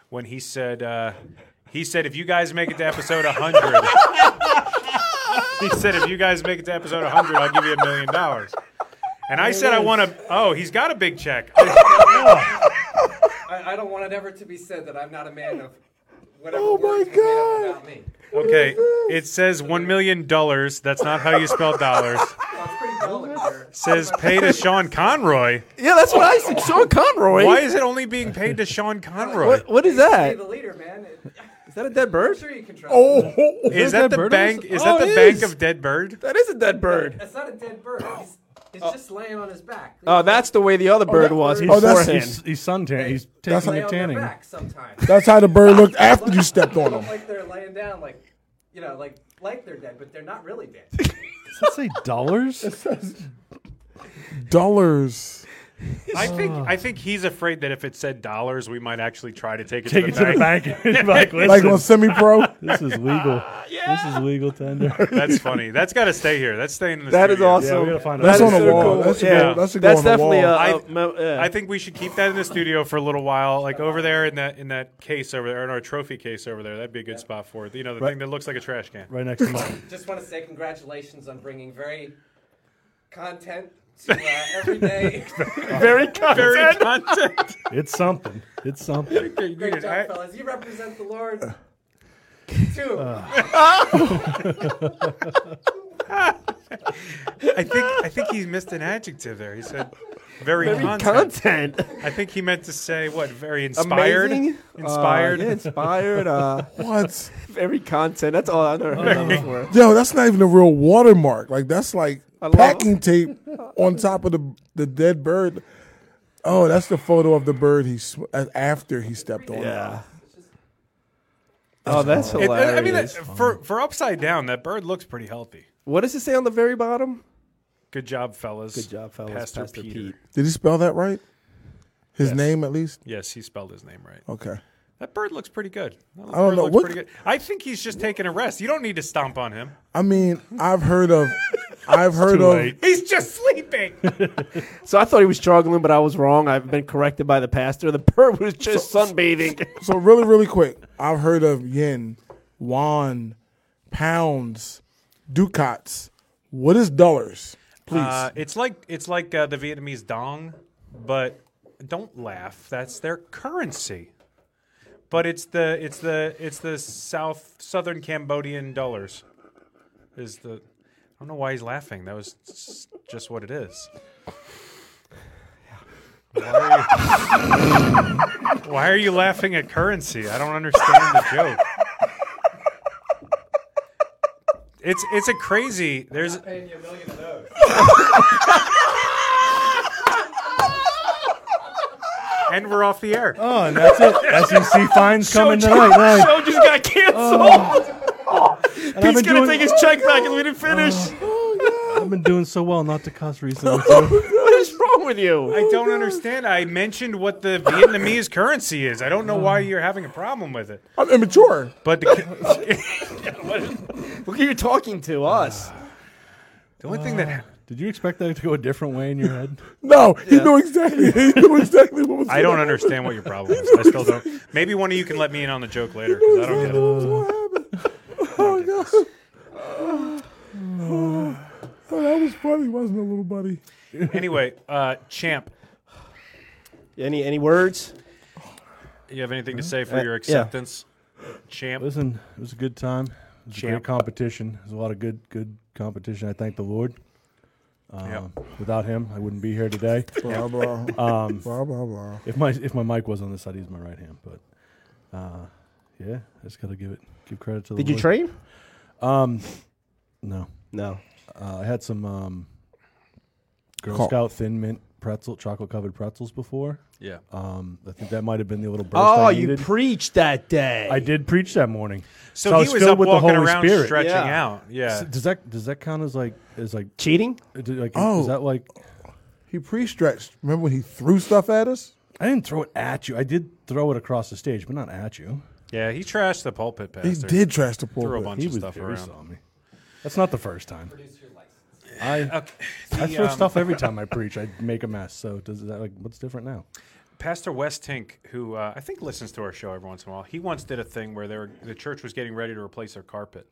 S2: when he said uh, he said if you guys make it to episode hundred he said if you guys make it to episode hundred I'll give you a million dollars and I said I want to oh he's got a big check
S7: I, I don't want it ever to be said that I'm not a man of whatever
S1: Oh my
S7: words were made up
S1: God.
S7: about me.
S2: okay it says one million dollars that's not how you spell dollars
S7: That's pretty dull here.
S2: says pay to Sean Conroy
S5: Yeah, that's what I said. Sean Conroy.
S2: why is it only being paid to Sean Conroy.
S5: What, what is
S7: Hey,
S5: that?
S7: the leader, man. It-
S5: Is that a dead bird?
S7: I'm sure you can trust me.
S1: Oh,
S2: Is that, the
S8: bird
S2: bank?
S8: also-
S2: Is
S8: Oh,
S2: that
S8: it
S2: the bank
S8: is.
S2: of dead bird?
S5: That is a dead bird.
S7: That's not a dead bird. He's, he's just laying on his back.
S5: Oh, that's the way the other bird was
S1: Oh, that's-
S5: beforehand.
S8: He's, he's suntan. He's
S1: That's
S8: taking
S7: lay
S8: a
S7: on their
S8: tanning.
S7: back sometimes.
S1: that's how the bird looked after you stepped on
S7: Look
S1: him.
S7: like they're laying down, like you know, like like they're dead, but they're not really dead.
S8: Does that say dollars?
S1: Dollars.
S2: I think I think he's afraid that if it said dollars, we might actually try to take it
S8: Take
S2: to
S8: it
S2: the bank.
S1: Like
S8: like,
S1: Ah,
S8: listen,
S1: on semi-pro.
S8: this is legal. This is legal tender.
S2: That's funny. That's got to stay here. That's staying in the.
S5: That is
S2: studio.
S5: awesome.
S8: Yeah, we gotta find
S1: That's
S8: out.
S1: on
S5: is
S1: the
S5: so
S1: wall.
S5: cool.
S1: That's,
S5: Yeah.
S1: a go, that's, a go
S5: That's
S1: on the
S5: definitely
S1: wall.
S5: a.
S2: I-
S5: a mem- yeah.
S2: I think we should keep that in the studio for a little while, like over there in that in that case over there, in our trophy case over there. That'd be a good spot for it. You know, the thing that looks like a trash can.
S8: Right next to my.
S7: Just want to say congratulations on bringing very content to uh, everyday.
S2: Very content. Very content.
S8: It's something. It's something.
S7: Great job,
S2: I-
S7: fellas. You represent the Lord. Two.
S2: I think I think he missed an adjective there. He said very,
S5: Content.
S2: content. I think he meant to say what? Very inspired.
S5: Amazing.
S2: Inspired.
S5: Uh, yeah, inspired. Uh,
S1: What?
S5: very content. That's all I've never heard of before.
S1: Yo, that's not even a real watermark. Like that's like
S5: love-
S1: packing tape on top of the the dead bird. Oh, that's the photo of the bird he sw- a- after he stepped on. it.
S5: Yeah. Oh, that's
S2: It-
S5: hilarious.
S2: I mean, that, for for upside down, that bird looks pretty healthy.
S5: what does it say on the very bottom?
S2: Good job, fellas.
S5: Good job, fellas.
S2: Pastor,
S5: Pastor
S2: Peter.
S5: Pete.
S1: Did he spell that right? His name, at least.
S2: Yes, he spelled his name right.
S1: Okay.
S2: That bird looks pretty good. That
S1: I don't
S2: bird
S1: know.
S2: Looks
S1: What-
S2: pretty good. I think he's just taking a rest. You don't need to stomp on him.
S1: I mean, I've heard of I've heard
S5: too
S1: of.
S5: late.
S2: He's just sleeping.
S5: So I thought he was struggling, but I was wrong. I've been corrected by the pastor. The bird was just sunbathing.
S1: So really, really quick, I've heard of yen, won, pounds, ducats. What is dollars? Please.
S2: Uh, it's like it's like uh, the Vietnamese dong, but don't laugh. That's their currency. But it's the it's the it's the south southern Cambodian dollars. Is the I don't know why he's laughing. That was s- just what it is. Why are you, why are you laughing at currency? I don't understand the joke. It's it's a crazy. There's
S7: Paying you a million of those.
S2: and we're off the air.
S8: Oh, and that's it. SEC fines coming tonight. Right.
S5: show just got canceled.
S8: Oh, And I've been, doing,
S5: his check back and we didn't
S8: Oh.
S5: finish.
S8: I've been doing so well not to cuss recently. so-
S5: what is wrong with you?
S2: I don't understand. I mentioned what the Vietnamese currency is. I don't know why you're having a problem with it.
S1: I'm immature.
S2: But the,
S5: Look who you're talking to, us.
S2: the only thing that hap-
S8: Did you expect that to go a different way in your head?
S1: No, he knew exactly. He knew exactly what was.
S2: I don't
S1: gonna-
S2: understand what your problem is. I still don't. Maybe one of you can let me in on the joke later because I don't get it.
S1: What happened? Oh god. Oh, that was funny, wasn't it, little buddy?
S2: Anyway, uh, champ,
S5: Any any words?
S2: you have anything to say
S8: Uh,
S2: for your
S5: yeah.
S2: acceptance? Champ,
S8: Listen, it was a good time. It was a
S2: Champ.
S8: great competition. It was a lot of good, good competition. I thank the Lord. Um,
S2: Yep.
S8: Without him, I wouldn't be here today.
S1: Blah blah um, blah blah blah.
S8: if my if my mic was on this side, he's my right hand. But uh, yeah, I just gotta give it give credit to. the
S5: Did you
S8: Lord.
S5: train?
S8: Um, no,
S5: No.
S8: uh, I had some um, Girl
S1: Call.
S8: Scout thin mint pretzel chocolate covered pretzels before.
S2: yeah.
S8: Um, I think that might have been the little burst.
S5: Oh,
S8: I
S5: you
S8: needed.
S5: preached that day.
S8: I did preach that morning.
S2: So,
S8: I
S2: he was
S8: filled
S2: up
S8: with the
S2: walking
S8: Holy
S2: around,
S8: Spirit.
S2: stretching
S5: Yeah.
S2: out. Yeah.
S8: S- Does that does that count as like is like
S5: Cheating?
S8: uh, do- like
S1: Oh.
S8: is that like
S1: He pre-stretched. Remember when he threw stuff at us?
S8: I didn't throw it at you. I did throw it across the stage, but not at you.
S2: Yeah. He trashed the pulpit pastor.
S1: He did trash the pulpit.
S2: Threw a bunch
S8: He
S2: of
S8: was
S2: stuff
S8: there. He
S2: around.
S8: saw me. That's not the first time. I
S2: The,
S8: I throw
S2: um,
S8: stuff every time I preach. I make a mess. So does that like what's different now?
S2: Pastor West Tink, who uh, I think listens to our show every once in a while, he once did a thing where they were, the church was getting ready to replace their carpet.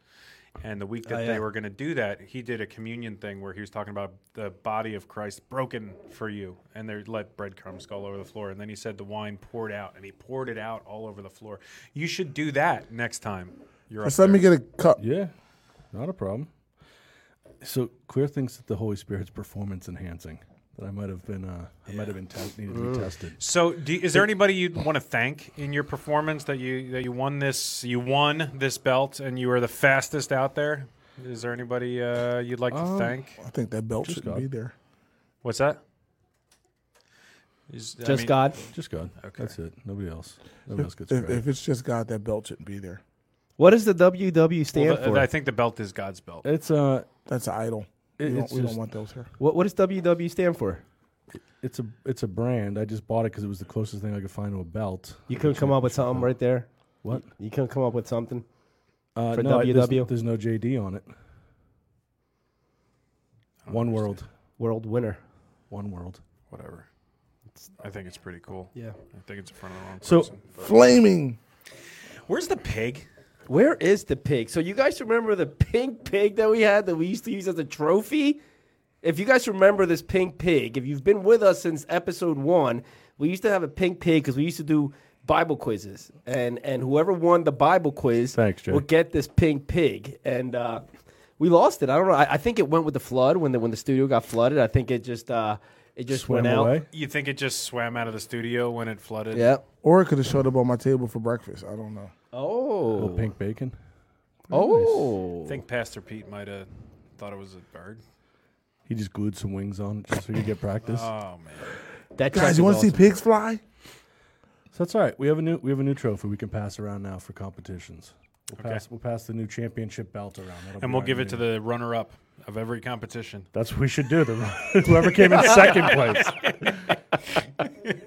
S2: And the week that they were going to do that, he did a communion thing where he was talking about the body of Christ broken for you. And they let breadcrumbs go all over the floor. And then he said the wine poured out, and he poured it out all over the floor. You should do that next time you're up
S1: Just let me
S2: there.
S1: get a cup.
S8: Yeah, not a problem. So Claire thinks that the Holy Spirit's performance enhancing. That I might have been uh, I might have been test needed to be tested.
S2: So, do, is there anybody you want to thank in your performance that you that you won this you won this belt and you were the fastest out there? Is there anybody uh, you'd like to thank?
S1: I think that belt
S8: Just
S1: shouldn't
S8: got-
S1: be there.
S2: What's that? Is- I
S5: Just
S2: mean,
S5: God.
S8: Just God.
S2: Okay.
S8: That's it. Nobody else. Nobody else gets
S1: If,
S8: credit.
S1: if it's just God, that belt shouldn't be there.
S5: What does the WW stand
S2: well, th-
S5: for?
S2: I think the belt is God's belt.
S8: it's uh,
S1: That's an idol. we
S8: It-
S1: don't,
S8: it's
S1: we don't
S8: just-
S1: want those here.
S5: what, what does WW stand for?
S8: it's a it's a brand. I just bought it because it was the closest thing I could find to a belt.
S5: You couldn't come up with something right there?
S8: What?
S5: You couldn't come up with something?
S8: Uh,
S5: For
S8: no, I- there's-
S5: WW?
S8: There's, no JD on it. One world.
S5: World winner.
S8: One world.
S2: Whatever. I think it's pretty cool.
S5: Yeah.
S2: I think it's in front of the wrong
S8: So-
S2: person.
S1: Flaming.
S2: Where's the pig?
S5: Where is the pig? So you guys remember the pink pig that we had that we used to use as a trophy? If you guys remember this pink pig, if you've been with us since episode one, we used to have a pink pig because we used to do Bible quizzes, and and whoever won the Bible quiz
S8: Thanks, Jay.
S5: would get this pink pig, and uh, we lost it. I don't know. I, I think it went with the flood when the when the studio got flooded. I think it just uh, it just
S8: Swam
S5: went
S8: away.
S5: out.
S2: You think it just swam out of the studio when it flooded?
S5: Yeah.
S1: Or it could have showed up on my table for breakfast. I don't know.
S5: Oh.
S8: Little pink bacon.
S5: Oh.
S2: I think Pastor Pete might have thought it was a bird.
S8: He just glued some wings on it just so you get practice.
S2: Oh man.
S5: That track
S1: Guys, you
S5: is
S1: want to
S5: awesome.
S1: see pigs fly?
S8: So that's all right. We have a new we have a new trophy we can pass around now for competitions. We'll pass we'll pass the new championship belt around. That'll be
S2: And we'll
S8: our
S2: give it to
S8: new-
S2: the runner-up of every competition.
S8: That's what we should do. The, whoever came in second place.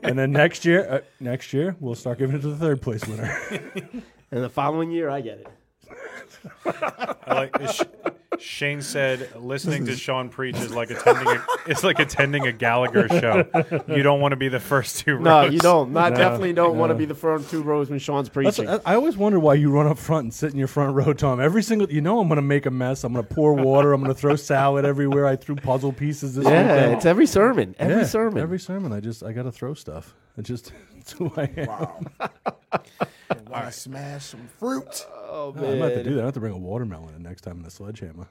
S8: and then next year, uh, next year we'll start giving it to the third place winner.
S5: And the following year, I get it.
S2: I like. Is she, Shane said, "Listening to Sean preach is like attending a, it's like attending a Gallagher show. You don't want to be the first two rows.
S5: No, you don't. I
S8: No,
S5: definitely don't want to
S8: no.
S5: be the front two rows when Sean's
S8: That's-
S5: preaching.
S8: I I always wonder why you run up front and sit in your front row, Tom. Every single, you know, I'm going to make a mess. I'm going to pour water. I'm going to throw salad everywhere. I threw puzzle pieces. This
S5: Yeah,
S8: weekend.
S5: it's every sermon. Every
S8: Yeah,
S5: sermon.
S8: Every sermon. I just, I got to throw stuff. It just, it's who I am.
S1: Wow. Want to smash some fruit?
S5: Oh
S8: I might have to do that. I have to bring a watermelon in next time in the sledgehammer.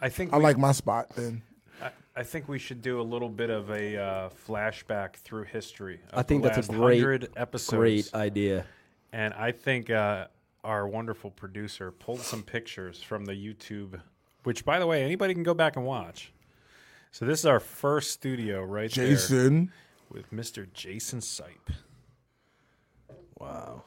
S2: I think
S1: I
S2: we-
S1: like my spot then.
S2: I, I think we should do a little bit of a uh, flashback through history. of
S5: I think
S2: the
S5: that's a
S2: last
S5: great,
S2: 100 episodes.
S5: great uh, idea.
S2: And I think uh, our wonderful producer pulled some pictures from the YouTube, which, by the way, anybody can go back and watch. So this is our first studio right there
S1: Jason.
S2: with Mr. Jason Sipe.
S8: Wow.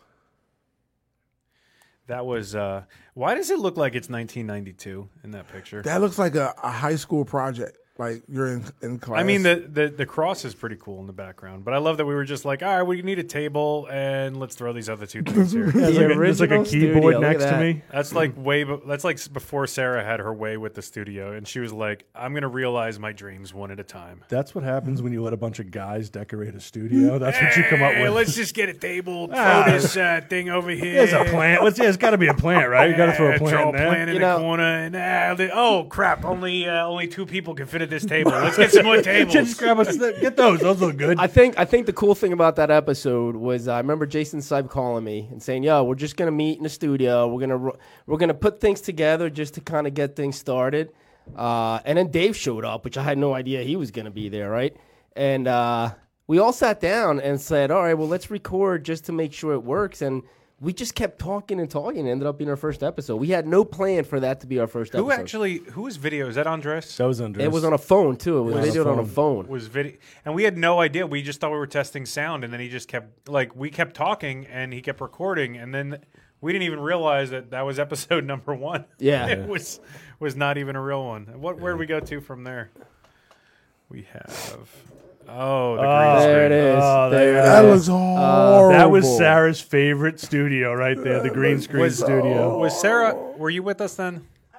S2: That was. Uh, why does it look like it's 1992 in that picture?
S1: That looks like a, a high school project. Like you're in, in class.
S2: I mean, the, the the cross is pretty cool in the background, but I love that we were just like, all right, we need a table and let's throw these other two things here.
S8: There's like, a, there's like a
S5: original
S8: keyboard
S5: studio. Look at
S8: next to
S5: that.
S8: me.
S2: That's like way. be- That's like s- before Sarah had her way with the studio, and she was like, "I'm gonna realize my dreams one at a time."
S8: That's what happens when you let a bunch of guys decorate a studio. That's what you come up
S2: Hey,
S8: with.
S2: let's just get a table, throw
S8: Ah.
S2: this uh, thing over here.
S8: There's a plant. Let's, yeah, it's got to be a plant, right? You got to throw
S2: Yeah,
S8: a plant in there.
S2: plant in the
S5: You know-
S2: corner, and uh, the- oh crap! Only uh, only two people can fit at this table. Let's get some more
S8: Just
S2: tables.
S8: grab a sn- get those. Those look good.
S5: I think I think the cool thing about that episode was uh, I remember Jason Sipe calling me and saying, "Yo, we're just gonna meet in the studio. We're gonna ru- we're gonna put things together just to kind of get things started." Uh, and then Dave showed up, which I had no idea he was gonna be there, right? And uh, we all sat down and said, "All right, well, let's record just to make sure it works." And we just kept talking and talking. and ended up being our first episode. We had no plan for that to be our first
S2: Who
S5: episode.
S2: actually? Whose video is that? Andres.
S8: that was under.
S5: It was on a phone too. It was,
S8: Yeah,
S5: they
S8: on a
S5: did it on a phone.
S2: was video and we had no idea we just thought we were testing sound and then he just kept like we kept talking and he kept recording and then we didn't even realize that that was episode number one
S5: Yeah.
S2: it was was not even a real one what where do we go to from there we have oh the green
S5: there
S2: screen
S5: it is.
S8: Oh, Ah.
S5: there
S8: there
S5: it
S8: it
S1: that
S5: is.
S1: looks horrible.
S8: That was Sarah's favorite studio right there, the green screen
S2: Uh, was, Oh,
S8: studio.
S2: was sarah were you with us then
S4: uh,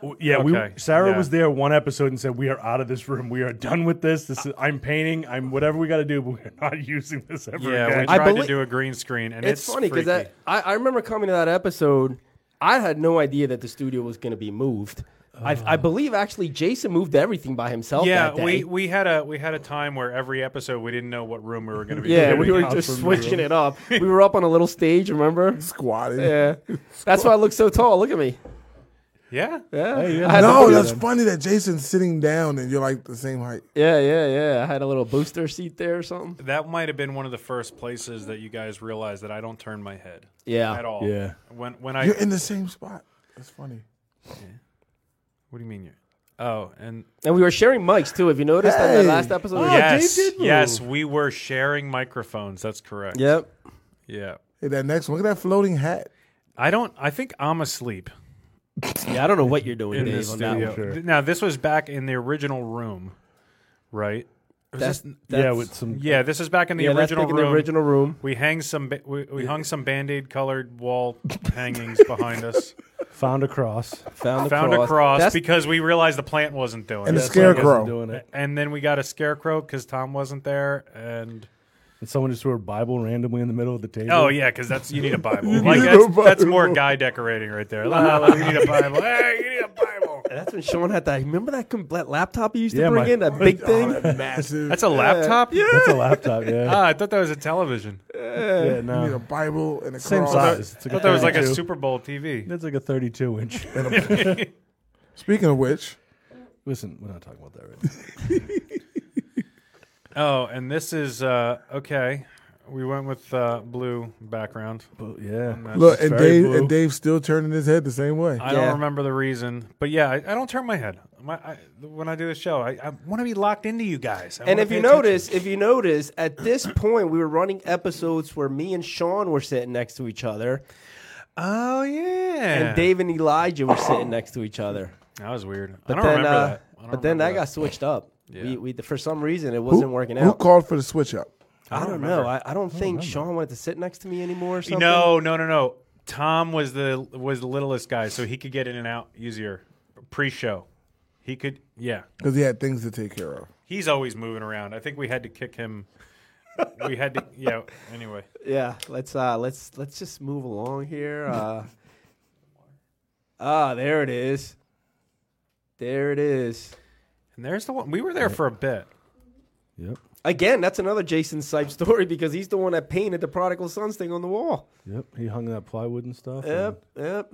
S5: Oh,
S8: W- Yeah,
S2: Okay,
S8: we Sarah
S2: yeah.
S8: was there one episode and said, "We are out of this room. We are done with this. This is, I'm painting. I'm whatever we got to do, but we're not using this ever
S2: yeah we
S8: again."
S5: I
S2: tried to
S5: belie-
S2: do a green screen and
S5: it's,
S2: it's,
S5: funny because I,
S2: freaky.
S5: I I remember coming to that episode. I had no idea that the studio was going to be moved. I, I believe actually Jason moved everything by himself.
S2: yeah,
S5: that day.
S2: we, we had a we had a time where every episode we didn't know what room we were going to be.
S5: yeah,
S2: doing.
S5: we were
S8: house
S5: just
S8: room.
S5: switching it up. We were up on a little stage, remember?
S1: squatting.
S5: Yeah, that's why I look so tall. Look at me.
S2: yeah.
S5: Yeah,
S8: Hey, yeah.
S5: I had the
S1: No,
S5: booster-
S1: that's funny that Jason's sitting down and you're like the same height.
S5: yeah, yeah, yeah. I had a little booster seat there or something.
S2: That might have been one of the first places that you guys realized that I don't turn my head
S5: Yeah.
S2: at all.
S8: Yeah.
S2: When when I
S1: You're in the same spot. That's funny.
S2: what do you mean you? Oh, and
S5: And we were sharing mics too. If you noticed on that
S1: Hey.
S5: last
S2: Oh,
S5: episode,
S2: yes,
S8: did move.
S2: yes, we were sharing microphones. That's correct.
S5: yep.
S2: Yeah.
S1: Hey, that next one. Look at that floating hat.
S2: I don't. I think I'm asleep
S5: Yeah, I don't know what you're doing,
S2: in
S5: Dave.
S2: this
S5: on that
S2: studio.
S5: one.
S2: Th- Now this was back in the original room, right? Was
S5: That's,
S2: this-
S5: that's,
S8: yeah, with some.
S2: yeah. This is back in the
S5: yeah, that's
S2: original
S5: like in
S2: room.
S5: the original room.
S2: We hang some. Ba- we, we hung some band-aid colored wall hangings behind us.
S8: Found a cross.
S5: Found a
S2: Found
S5: cross.
S2: a cross
S5: That's-
S2: because we realized the plant wasn't doing
S1: And
S2: it.
S1: the scarecrow.
S8: Doing it.
S2: and then we got a scarecrow because Tom wasn't there. And
S8: And someone just threw a Bible randomly in the middle of the table.
S2: oh yeah, because that's you need a Bible.
S1: You
S2: like
S1: need a
S2: that's, that's
S1: Bible.
S2: more guy decorating right there. La, la, we need a Bible. Hey, you need a Bible.
S5: That's when Sean had that. Remember that, com- that laptop he used to
S8: Yeah,
S5: bring
S8: my-
S5: in? That big
S1: Oh,
S5: thing?
S1: that massive.
S2: That's a laptop. Yeah.
S8: That's a laptop. Yeah.
S2: Ah, I thought that was a television.
S8: yeah
S1: you need a
S8: no.
S1: Bible and a
S8: Same
S1: cross.
S8: size. It's
S2: I
S8: like
S2: thought that was like a
S8: 32.
S2: Super Bowl TV.
S8: That's like a 32 inch.
S1: Speaking of which,
S8: Listen, we're not talking about that right now.
S2: Oh, and this is uh, okay. We went with uh, blue background.
S8: But yeah.
S1: look, and
S8: very
S1: Dave
S8: blue.
S1: and Dave's still turning his head the same way.
S2: I
S5: Yeah.
S2: don't remember the reason, but yeah, I, I don't turn my head. My, I, when I do the show, I, I want to be locked into you guys. I
S5: And
S2: wanna
S5: if
S2: pay
S5: you
S2: attention.
S5: notice, if you notice, at this point we were running episodes where me and Sean were sitting next to each other,
S2: oh yeah,
S5: and Dave and Elijah were sitting next to each other.
S2: That was weird. I
S5: But
S2: don't
S5: then,
S2: remember
S5: uh,
S2: that. I don't
S5: but then
S2: remember
S5: that got switched up.
S2: Yeah.
S5: We, we, for some reason, it
S1: Who-
S5: wasn't working
S1: Who
S5: out.
S1: called for the switch up?
S5: I don't know. I, I don't think Sean wanted to sit next to me anymore. Or something.
S2: No, no, no, no. Tom was the was the littlest guy, so he could get in and out easier. pre-show. He could, yeah.
S1: because he had things to take care of.
S2: He's always moving around. I think we had to kick him. we had to, yeah. Anyway,
S5: Yeah, let's uh let's let's just move along here. Uh Ah, there it is. There it is.
S2: And there's the one we were there for a bit.
S8: Yep.
S5: Again, that's another Jason Sipe story because he's the one that painted the prodigal sons thing on the wall.
S8: Yep. He hung that plywood and stuff.
S5: Yep, yep.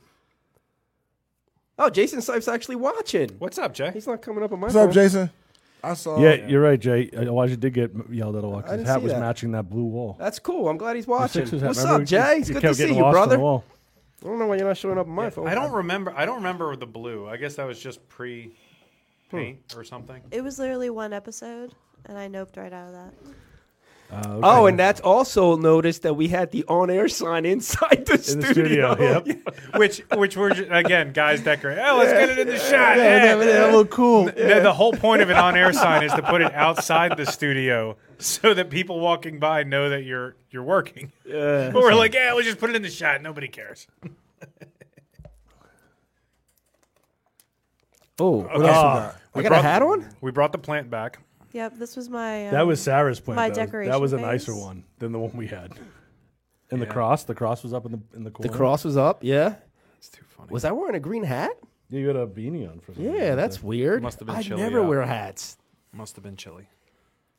S5: Oh, Jason Sipe's actually watching.
S2: What's up, Jay?
S5: He's not coming up on my
S1: What's up,
S5: phone.
S1: Jason? I saw.
S8: and- yeah, you're right, Jay. Uh, Elijah did get m- yelled at a lot.
S5: Oh, I
S8: His
S5: didn't
S8: hat
S5: see
S8: was
S5: that.
S8: matching that blue wall.
S5: That's cool. I'm glad he's
S8: The
S5: watching.
S8: Sixers hat,
S5: What's
S8: remember,
S5: up,
S8: you-
S5: Jay?
S8: you
S5: It's good to
S8: kept
S5: see
S8: getting
S5: you,
S8: lost on the
S5: brother. I
S8: wall.
S5: don't know why you're not showing up on my phone.
S2: I don't remember. I don't remember the blue. I guess that was just pre paint or something.
S4: It was literally one episode, and I noped right out of that.
S8: Uh,
S5: Oh,
S8: okay.
S5: and that's also noticed that we had the on-air sign inside the
S8: in
S5: studio.
S8: the studio. Yep.
S2: Which, which we're ju- again, guys, decorate. Oh, let's get it in the shot.
S8: Yeah,
S2: Yeah,
S8: that, that looked cool.
S2: The, the whole point of an on-air sign is to put it outside the studio so that people walking by know that you're you're working.
S5: Yeah.
S2: But we're like, yeah, we'll just put it in the shot. Nobody cares.
S5: Oh,
S2: Okay.
S1: Ah,
S5: I got
S2: brought-
S5: a hat on.
S2: We brought the plant back.
S4: Yep, this was my. Um,
S8: That was Sarah's plant.
S4: My
S8: though. That
S4: decoration
S8: was a
S4: phase.
S8: nicer one than the one we had. And the cross, the cross was up in the in the corner.
S5: The cross was up. Yeah.
S2: It's too funny.
S5: Was I wearing a green hat?
S8: Yeah, you had a beanie on for some reason,
S5: Yeah,
S8: I
S5: that's
S8: think.
S5: weird.
S2: Must have been
S5: I
S2: chilly
S5: never
S2: out.
S5: wear hats.
S2: Must have been chilly.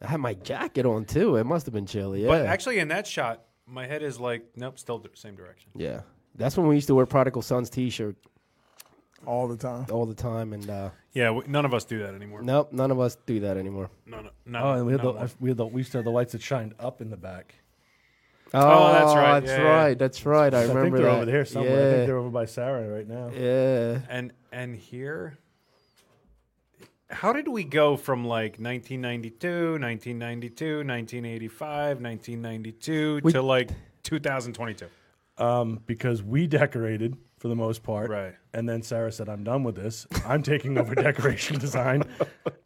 S5: I had my jacket on too. It must have been chilly. Yeah.
S2: But actually, in that shot, my head is like, nope, still the same direction.
S5: yeah. That's when we used to wear Prodigal Sons T-shirt
S1: all the time.
S5: all the time, and uh,
S2: Yeah, we, none of us do that anymore.
S5: nope, none of us do that anymore.
S2: No, no, no.
S8: Oh, and we had
S2: no
S8: the
S2: one.
S8: we had the we used to have the lights that shined up in the back.
S5: Oh,
S2: that's right.
S5: That's
S2: Yeah, yeah.
S5: right. That's right. I
S8: So
S5: remember
S8: I think they're
S5: that.
S8: over there somewhere. I think
S5: Yeah.
S8: they're over by Sarah right now.
S5: Yeah.
S2: and and here, how did we go from like 1992, 1992, 1985, 1992
S5: We-
S2: to like 2022?
S8: Um, because we decorated for the most part,
S2: Right.
S8: And then Sarah said, "I'm done with this. I'm taking over decoration design."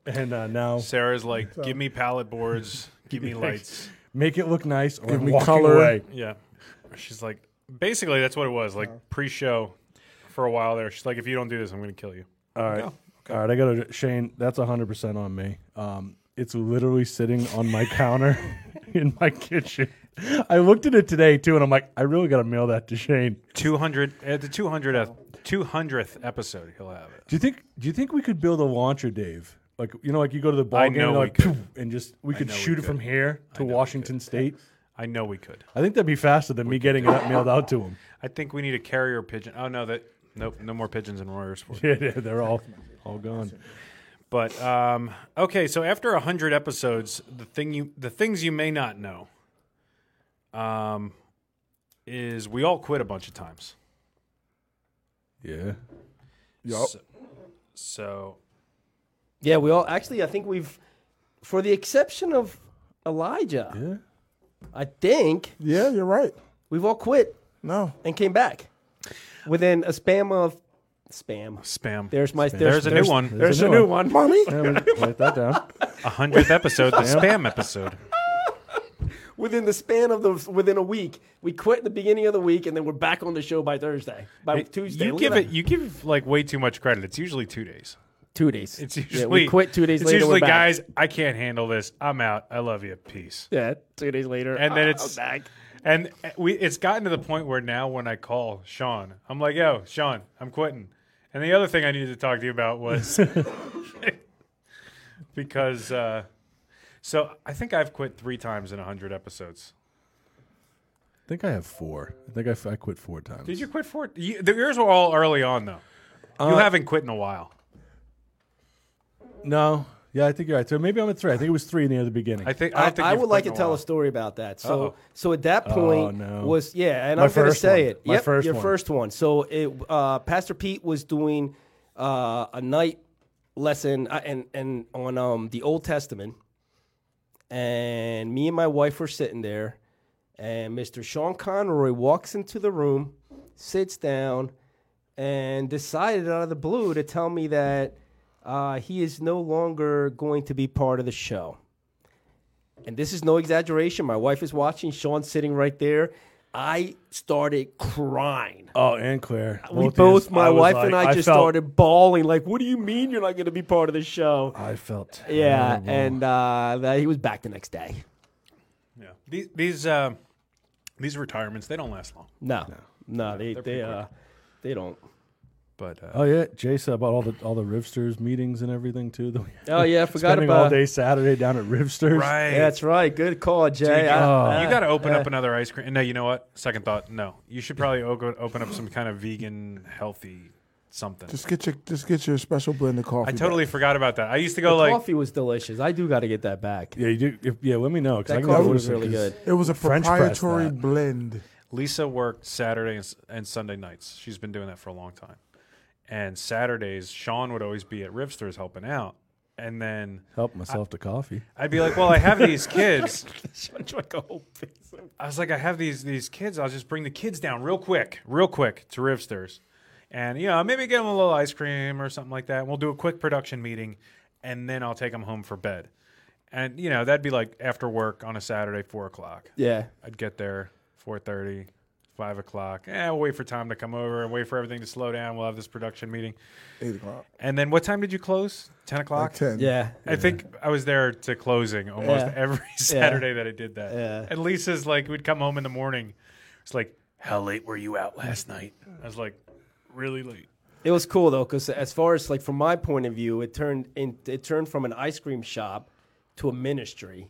S8: And uh, now
S2: Sarah's like, give me pallet boards, give me lights.
S8: make it look nice or
S1: Give
S8: I'm
S1: me
S8: walking
S1: color.
S8: away.
S2: Yeah, she's like, basically that's what it was. Like pre-show, for a while there, she's like, if you don't do this, I'm going to kill you.
S8: All right. All right, I got to Shane, that's 100% on me. Um, it's literally sitting on my counter in my kitchen. I looked at it today too and I'm like, I really got to mail that to Shane.
S2: 200 at uh, the 200th 200th episode, he'll have it.
S8: Do you think do you think we could build a launcher, Dave? Like, you know, like you go to the ball
S2: I
S8: game
S2: know
S8: and,
S2: we
S8: like,
S2: could.
S8: poof, and just we could
S2: know we
S8: shoot it
S2: could.
S8: from here to Washington State.
S2: I know we could.
S8: I think that'd be faster than me getting it mailed out to him.
S2: I think we need a carrier pigeon. Oh no, that nope, no more pigeons in Royersport.
S8: Yeah, yeah, they're all all gone.
S2: But um, okay, so after hundred episodes, the thing you the things you may not know, um, is we all quit a bunch of times.
S8: Yeah.
S1: Yup.
S2: So, so
S5: Yeah, we all actually. I think we've, for the exception of Elijah,
S8: Yeah.
S5: I think
S1: Yeah, you're right.
S5: we've all quit
S1: No,
S5: and came back within a spam of spam.
S2: spam.
S5: There's my there's,
S2: There's a new one.
S5: There's, a new one, mommy.
S8: Yeah, we- write that down.
S2: A hundredth episode, the spam episode.
S5: within the span of the within a week, we quit at the beginning of the week, and then we're back on the show by Thursday, by
S2: It-
S5: Tuesday.
S2: you
S5: Look
S2: give
S5: at
S2: it you give like way too much credit. It's usually two days.
S5: that. two days.
S2: It's
S5: Yeah,
S2: usually
S5: we quit two days
S2: it's
S5: later. we're
S2: Usually,
S5: back.
S2: guys, I can't handle this. I'm out. I love you. Peace.
S5: Yeah, two days later,
S2: And then
S5: ah,
S2: it's-
S5: I'm back.
S2: And we it's gotten to the point where now when I call Sean, I'm like, yo, Sean, I'm quitting. And the other thing I needed to talk to you about was because uh, so I think I've quit three times in hundred episodes.
S8: I think I have four. I think I, f- I quit four times.
S2: Did you quit four? You, the, yours were all early on though.
S5: Uh,
S2: you haven't quit in a while.
S8: No. Yeah, I think you're right. So maybe I'm at three. I think it was three near the beginning.
S2: I think I,
S5: I,
S2: don't think
S5: I
S2: you've
S5: would
S2: quit
S5: like
S2: in
S5: to
S2: a
S5: tell
S2: while.
S5: a story about that. So,
S2: Uh-oh. Oh,
S5: so at that point
S8: no.
S5: was yeah, and
S8: My
S5: I'm going to
S8: first
S5: say
S8: one.
S5: it.
S8: My
S5: Yep,
S8: first
S5: your
S8: one.
S5: first one. So, it, uh, Pastor Pete was doing uh, a night lesson uh, and and on um, the Old Testament, and me and my wife were sitting there, and Mr. Sean Conroy walks into the room, sits down, and decided out of the blue to tell me that uh, he is no longer going to be part of the show. And this is no exaggeration. My wife is watching. Sean's sitting right there. I started crying.
S8: Oh, and Claire.
S5: We
S8: Both
S5: both,
S8: is-
S5: my
S8: I was
S5: wife
S8: like-
S5: and I, just
S8: felt-
S5: started bawling. Like, what do you mean you're not going to be part of the show?
S8: I felt.
S5: Yeah,
S8: terrible.
S5: and uh, that- he was back the next day.
S2: Yeah. These these uh, these retirements they don't last long.
S5: No, no, they
S2: they're
S5: they
S2: pretty
S5: uh, they don't.
S2: But uh,
S8: Oh yeah, Jay said about all the all the Rivsters meetings and everything too. that we-
S5: Oh, yeah, I forgot
S8: spending all
S5: about-
S8: day Saturday down at Rivsters.
S2: right,
S5: That's right. Good call, Jay.
S2: Dude, you,
S5: I-
S2: got to open
S5: uh,
S2: up another ice cream. No, you know what? Second thought, no. You should probably o- open up some kind of vegan, healthy something.
S1: Just get your just get your special blend of coffee.
S2: I totally forgot about that. I used to
S5: The
S2: go like,
S5: coffee was delicious. I do got to get that back.
S8: Yeah, you do. If, yeah, let me know because
S5: That
S8: I can
S5: coffee
S8: order
S5: was
S8: some,
S5: really
S8: 'cause-
S5: good.
S1: It was a
S8: French press
S1: proprietary
S8: that.
S1: blend.
S2: Lisa worked Saturday and, s- and Sunday nights. She's been doing that for a long time. And Saturdays, Sean would always be at Rivsters helping out. And then
S8: Help myself to coffee.
S2: I'd be like, "Well, I have these kids."
S5: Drink a whole piece of-
S2: I was like, "I have these these kids. I'll just bring the kids down real quick, real quick to Rivsters, and you know maybe get them a little ice cream or something like that. We'll do a quick production meeting, and then I'll take them home for bed. And you know that'd be like after work on a Saturday, four o'clock.
S5: yeah,
S2: I'd get there 4:30, 5 o'clock. Eh, we'll wait for time to come over and wait for everything to slow down. We'll have this production meeting.
S1: Eight o'clock.
S2: And then what time did you close? 10 o'clock?
S1: Like ten.
S5: yeah.
S2: I think I was there to closing almost
S5: Yeah.
S2: every Saturday that I did that.
S5: Yeah.
S2: And Lisa's like, we'd come home in the morning. It's like, how late were you out last night? I was like, really late.
S5: It was cool though, because as far as like from my point of view, it turned in, it turned from an ice cream shop to a ministry,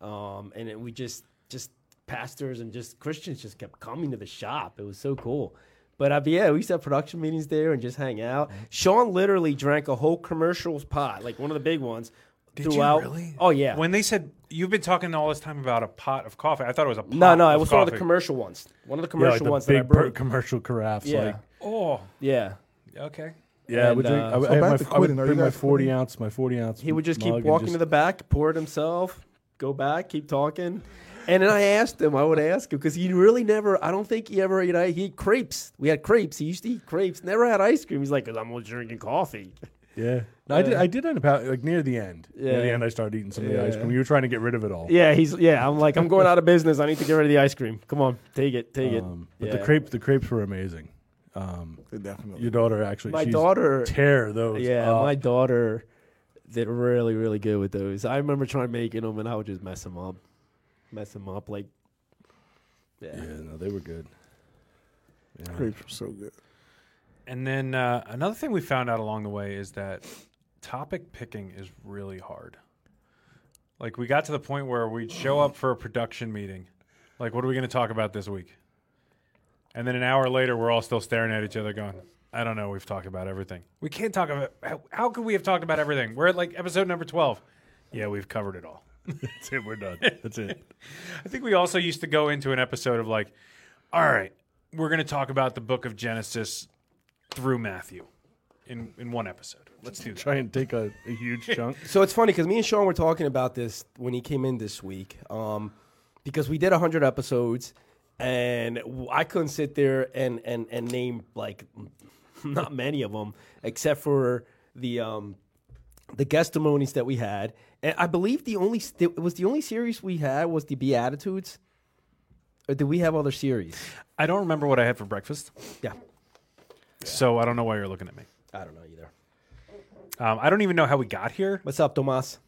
S5: um, and it, we just just pastors and just Christians just kept coming to the shop. It was so cool. But uh, yeah, we used to have production meetings there and just hang out. Sean literally drank a whole commercials pot, like one of the big ones,
S2: you
S5: throughout.
S2: really?
S5: Oh yeah.
S2: When they said, you've been talking all this time about a pot of coffee, I thought it was a pot
S5: no, no, it
S2: of
S5: was one of the
S2: coffee.
S5: commercial ones. One of the
S8: Yeah,
S5: commercial
S8: like the
S5: ones that I
S8: big per-
S5: brewed.
S8: commercial carafes.
S5: yeah,
S8: Like,
S2: Oh,
S5: yeah.
S2: okay.
S8: yeah, I
S5: And,
S8: would drink.
S5: uh,
S8: I would,
S1: So
S8: I had
S1: back
S8: my,
S1: to
S8: I would
S1: quitting, are you
S8: bring my
S1: guys
S8: forty
S1: quitting?
S8: ounce, my forty ounce.
S5: He would just
S8: mug
S5: keep
S8: and
S5: walking
S8: just-
S5: to the back, pour it himself, go back, keep talking. And then I asked him, I would ask him, because he really never, I don't think he ever ate, I- he ate crepes. We had crepes. He used to eat crepes, never had ice cream. He's like, because I'm only drinking coffee.
S8: Yeah, No, I did. I did end up ha- like near the end. Near the
S5: Yeah.
S8: end, I started eating some of the ice cream. You were trying to get rid of it all.
S5: Yeah, he's, yeah, I'm like, I'm going out of business. I need to get rid of the ice cream. Come on, take it, take
S8: Um,
S5: it.
S8: but
S5: Yeah.
S8: the crepes, the crepes were amazing. Um,
S1: It definitely.
S8: your daughter actually,
S5: My
S8: she's
S5: daughter-
S8: tear those.
S5: Yeah,
S8: up.
S5: my daughter did really, really good with those. I remember trying making them, and I would just mess them up. Mess them up, like,
S8: yeah, no, they were good.
S1: Crepes were so good.
S2: And then uh, another thing we found out along the way is that topic picking is really hard. Like we got to the point where we'd show up for a production meeting, like what are we going to talk about this week? And then an hour later, we're all still staring at each other, going, "I don't know. We've talked about everything. We can't talk about. How, how could we have talked about everything? We're at like episode number twelve. Yeah, we've covered it all.
S8: That's it. We're done. That's it.
S2: I think we also used to go into an episode of like, all right, we're going to talk about the book of Genesis through Matthew in, in one episode. Let's do that.
S8: Try and take a, a huge chunk.
S5: So it's funny because me and Sean were talking about this when he came in this week, um, because we did hundred episodes, and w- I couldn't sit there and and and name like not many of them except for the um, the testimonies that we had, and I believe the only s- it was the only series we had was the Beatitudes. Or did we have other series?
S2: I don't remember what I had for breakfast,
S5: Yeah,
S2: so I don't know why you're looking at me.
S5: I don't know either.
S2: Um, I don't even know how we got here.
S5: What's up, Tomas?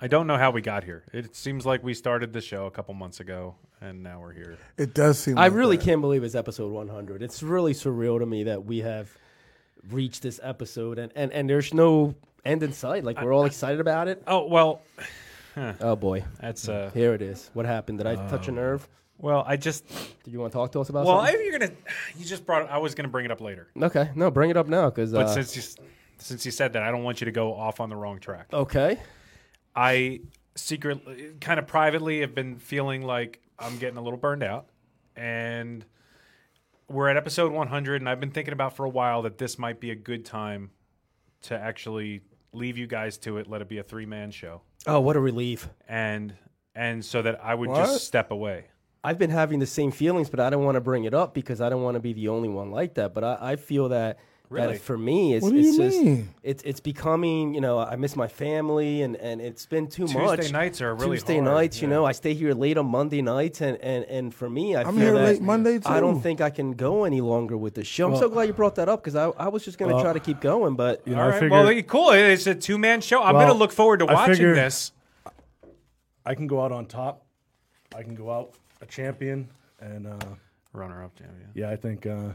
S2: I don't know how we got here. It seems like we started the show a couple months ago, and now we're here.
S1: It does seem.
S5: I
S1: like
S5: really
S1: that.
S5: can't believe it's episode 100. It's really surreal to me that we have reached this episode and, and, and there's no end in sight. Like, we're all excited about it.
S2: Oh well,
S5: Oh, boy. Um,
S2: that's uh.
S5: Here it is. What happened? Did I touch a nerve?
S2: Well, I just
S5: Did you want to talk to us about
S2: well,
S5: something?
S2: if you're gonna, you just brought. I was gonna bring it up later,
S5: okay. No, bring it up now because.
S2: but
S5: Uh,
S2: since you s- since you said that, I don't want you to go off on the wrong track.
S5: okay.
S2: I secretly, kind of privately, have been feeling like I'm getting a little burned out, and we're at episode 100, and I've been thinking about for a while that this might be a good time to actually leave you guys to it, let it be a three man show,
S5: Oh, what a relief.
S2: and and so that I would
S1: What?
S2: just step away.
S5: I've been having the same feelings, but I don't want to bring it up because I don't want to be the only one like that. But I, I feel that That
S2: Really?
S5: for me, it's
S1: What do
S5: it's
S1: you
S5: just
S1: mean?
S5: it's it's becoming. You know, I miss my family, and and it's been too
S2: Tuesday
S5: much.
S2: nights are really
S5: Tuesday
S2: hard,
S5: nights. You
S2: yeah.
S5: know, I stay here late on Monday nights, and and and for me, I
S1: I'm
S5: feel
S1: here
S5: that
S1: late Monday,
S5: I
S1: too.
S5: don't think I can go any longer with this show. I'm so
S8: Well-
S5: glad you brought that up because I I was just gonna
S8: Well,
S5: try to keep going, but
S8: You know,
S2: All
S8: I
S2: right.
S8: figured
S2: Well, hey, cool. It's a two man show. I'm
S8: Well,
S2: gonna look forward to
S8: I
S2: watching
S8: figure-
S2: this.
S8: I can go out on top. I can go out a champion, and uh,
S2: Runner up, champion.
S8: yeah, I think uh,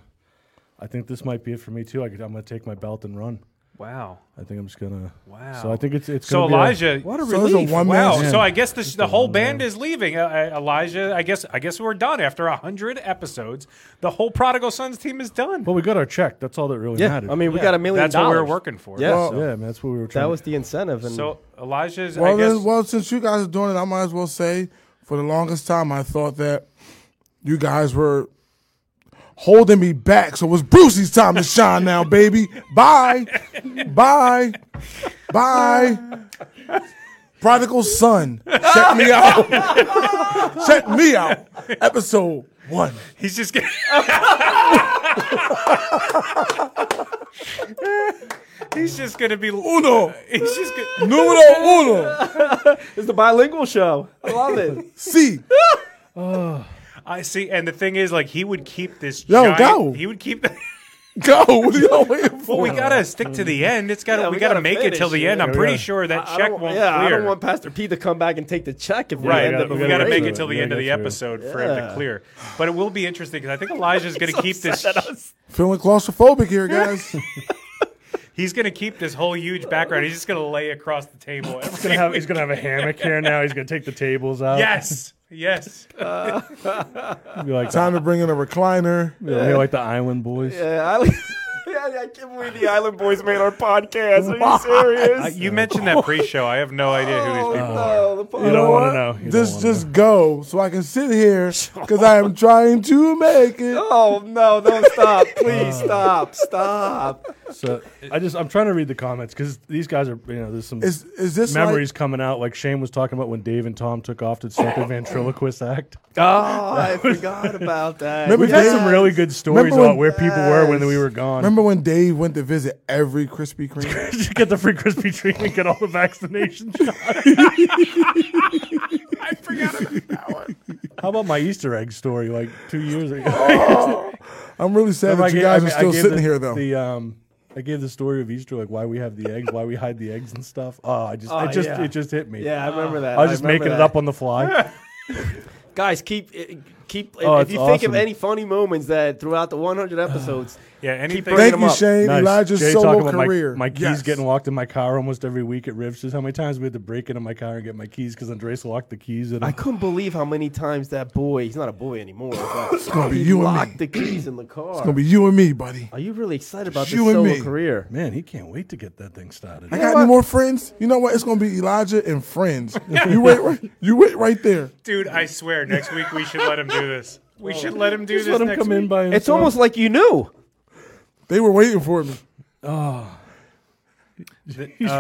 S8: I think this might be it for me too. I could, I'm gonna take my belt and run.
S2: Wow.
S8: I think I'm just gonna.
S2: Wow.
S8: So I think it's it's
S2: So
S8: gonna be a-
S2: Elijah.
S1: What a relief. one-man
S2: Wow.
S1: band.
S2: So I guess the, the whole band is leaving. Uh, uh, Elijah. I guess. I guess we're done after hundred episodes. The whole Prodigal Sons team is done.
S8: well, we got our check. That's all that really
S5: yeah,
S8: mattered.
S5: I mean, we got a million.
S2: That's what we were
S5: dollars.
S2: working for.
S5: Yeah,
S8: yeah, man, that's what we were trying.
S5: that was the incentive, and
S2: So Elijah's.
S1: Well,
S2: I guess.
S1: then, well, since you guys are doing it, I might as well say for the longest time I thought that you guys were holding me back. So it's Brucey's time to shine now, baby. Bye, bye, bye. Prodigal son, check me out. check me out. Episode one.
S2: he's just. Getting, he's just gonna be.
S1: Uno,
S2: He's just. Gonna,
S1: numero uno.
S5: it's the bilingual show. I love it.
S1: Si.
S2: I see. And the thing is, like, he would keep this.
S1: Yo,
S2: giant,
S1: go.
S2: He would keep. The,
S1: Go. What are y'all waiting for?
S2: well, we gotta stick to the end. It's gotta.
S5: Yeah,
S2: we,
S5: we
S2: gotta,
S5: gotta
S2: make it till
S5: finish,
S2: the end.
S8: yeah.
S2: I'm
S8: Yeah, we
S2: pretty
S8: gotta-
S2: sure that
S5: I
S2: check
S5: don't-
S2: won't
S5: yeah,
S2: clear.
S5: I don't want Pastor P to come back and take the check if we
S2: Right,
S5: end up
S2: but
S8: we
S2: we
S8: gotta
S2: got to
S8: get
S2: make
S8: through
S2: it till
S8: it.
S2: the
S8: We
S2: end of
S8: gotta
S2: the
S8: get through it.
S2: episode for him to clear. But it will be interesting because I think Elijah's going to keep this.
S1: Feeling claustrophobic here, guys.
S2: He's going to keep this whole huge background. He's just going to lay across the table. every-
S8: He's gonna have he's gonna have a hammock here now. He's gonna take the tables out.
S2: yes, yes.
S8: be like
S1: Time to bring in a recliner.
S8: be like- be like the Island Boys.
S5: Yeah, I, yeah, I can't believe the Island Boys made our podcast. Are you serious? Oh,
S2: Uh, you mentioned that pre-show. I have no idea who these
S8: Oh.
S2: people are.
S5: no, the pod-
S8: You don't want to
S1: what?
S8: know. You don't
S1: just
S8: wanna
S1: just go so I can sit here because I am trying to make it.
S5: Oh no! Don't stop! Please
S8: Oh.
S5: stop! Stop!
S8: know. So I just I'm trying to read the comments because these guys are you know there's some
S1: Is is this
S8: memories coming out like Shane was talking about when Dave and Tom took off to start the ventriloquist act.
S5: Oh, I forgot about that.
S1: Remember
S8: We've had some
S1: Yes.
S8: really good stories
S1: Remember when-
S8: about where people were when we were gone.
S1: Like, remember when Dave went to visit every Krispy Kreme?
S8: Just get the free Krispy treat and get all the vaccination shots. I forgot about that one. How about my Easter egg story like two years ago?
S1: I'm really sad
S8: Remember I
S1: that you
S8: gave-
S1: guys
S8: I
S1: are
S8: mean, I
S1: still
S8: gave
S1: sitting
S8: the-
S1: here though.
S8: The um, I gave the story of Easter, like why we have the eggs, why we hide the eggs and stuff. Oh, I just,
S5: Oh,
S8: I just,
S5: yeah.
S8: it just hit me.
S5: Yeah, I remember that.
S8: I was just
S5: remember
S8: making it
S5: that.
S8: up on the fly.
S5: Guys, keep eh, keep.
S8: Oh,
S5: if
S8: it's
S5: you think
S8: awesome.
S5: of any funny moments that throughout the 100 episodes,
S2: Yeah, anything.
S5: bringing
S1: Thank
S5: them
S1: you,
S5: up.
S1: Shane.
S8: Nice.
S1: Elijah's
S8: Jay talking
S1: solo
S8: about my-
S1: career.
S8: My, keys
S1: Yes.
S8: getting locked in my car almost every week at Rivs. Just how many times we had to break into my car and get my keys because Andres locked the keys in.
S5: I
S8: them.
S5: couldn't believe how many times that boy—he's not a boy anymore—but
S1: gonna be
S5: he
S1: you and me.
S5: locked the keys in the car.
S1: It's gonna be you and me, buddy.
S5: Are you really excited about
S1: It's
S5: this
S1: you and
S5: solo
S1: me.
S5: career?
S8: Man, he can't wait to get that thing started.
S1: I got any more friends? You know what? It's gonna be Elijah and friends. you wait, right, you wait right there.
S2: Dude, I swear, next week we should let him do this. We should let him do
S8: Just
S2: this
S8: let him
S2: next
S8: come
S2: week.
S8: in by himself.
S5: It's almost like you knew.
S1: They were waiting for me.
S8: he's
S2: Uh,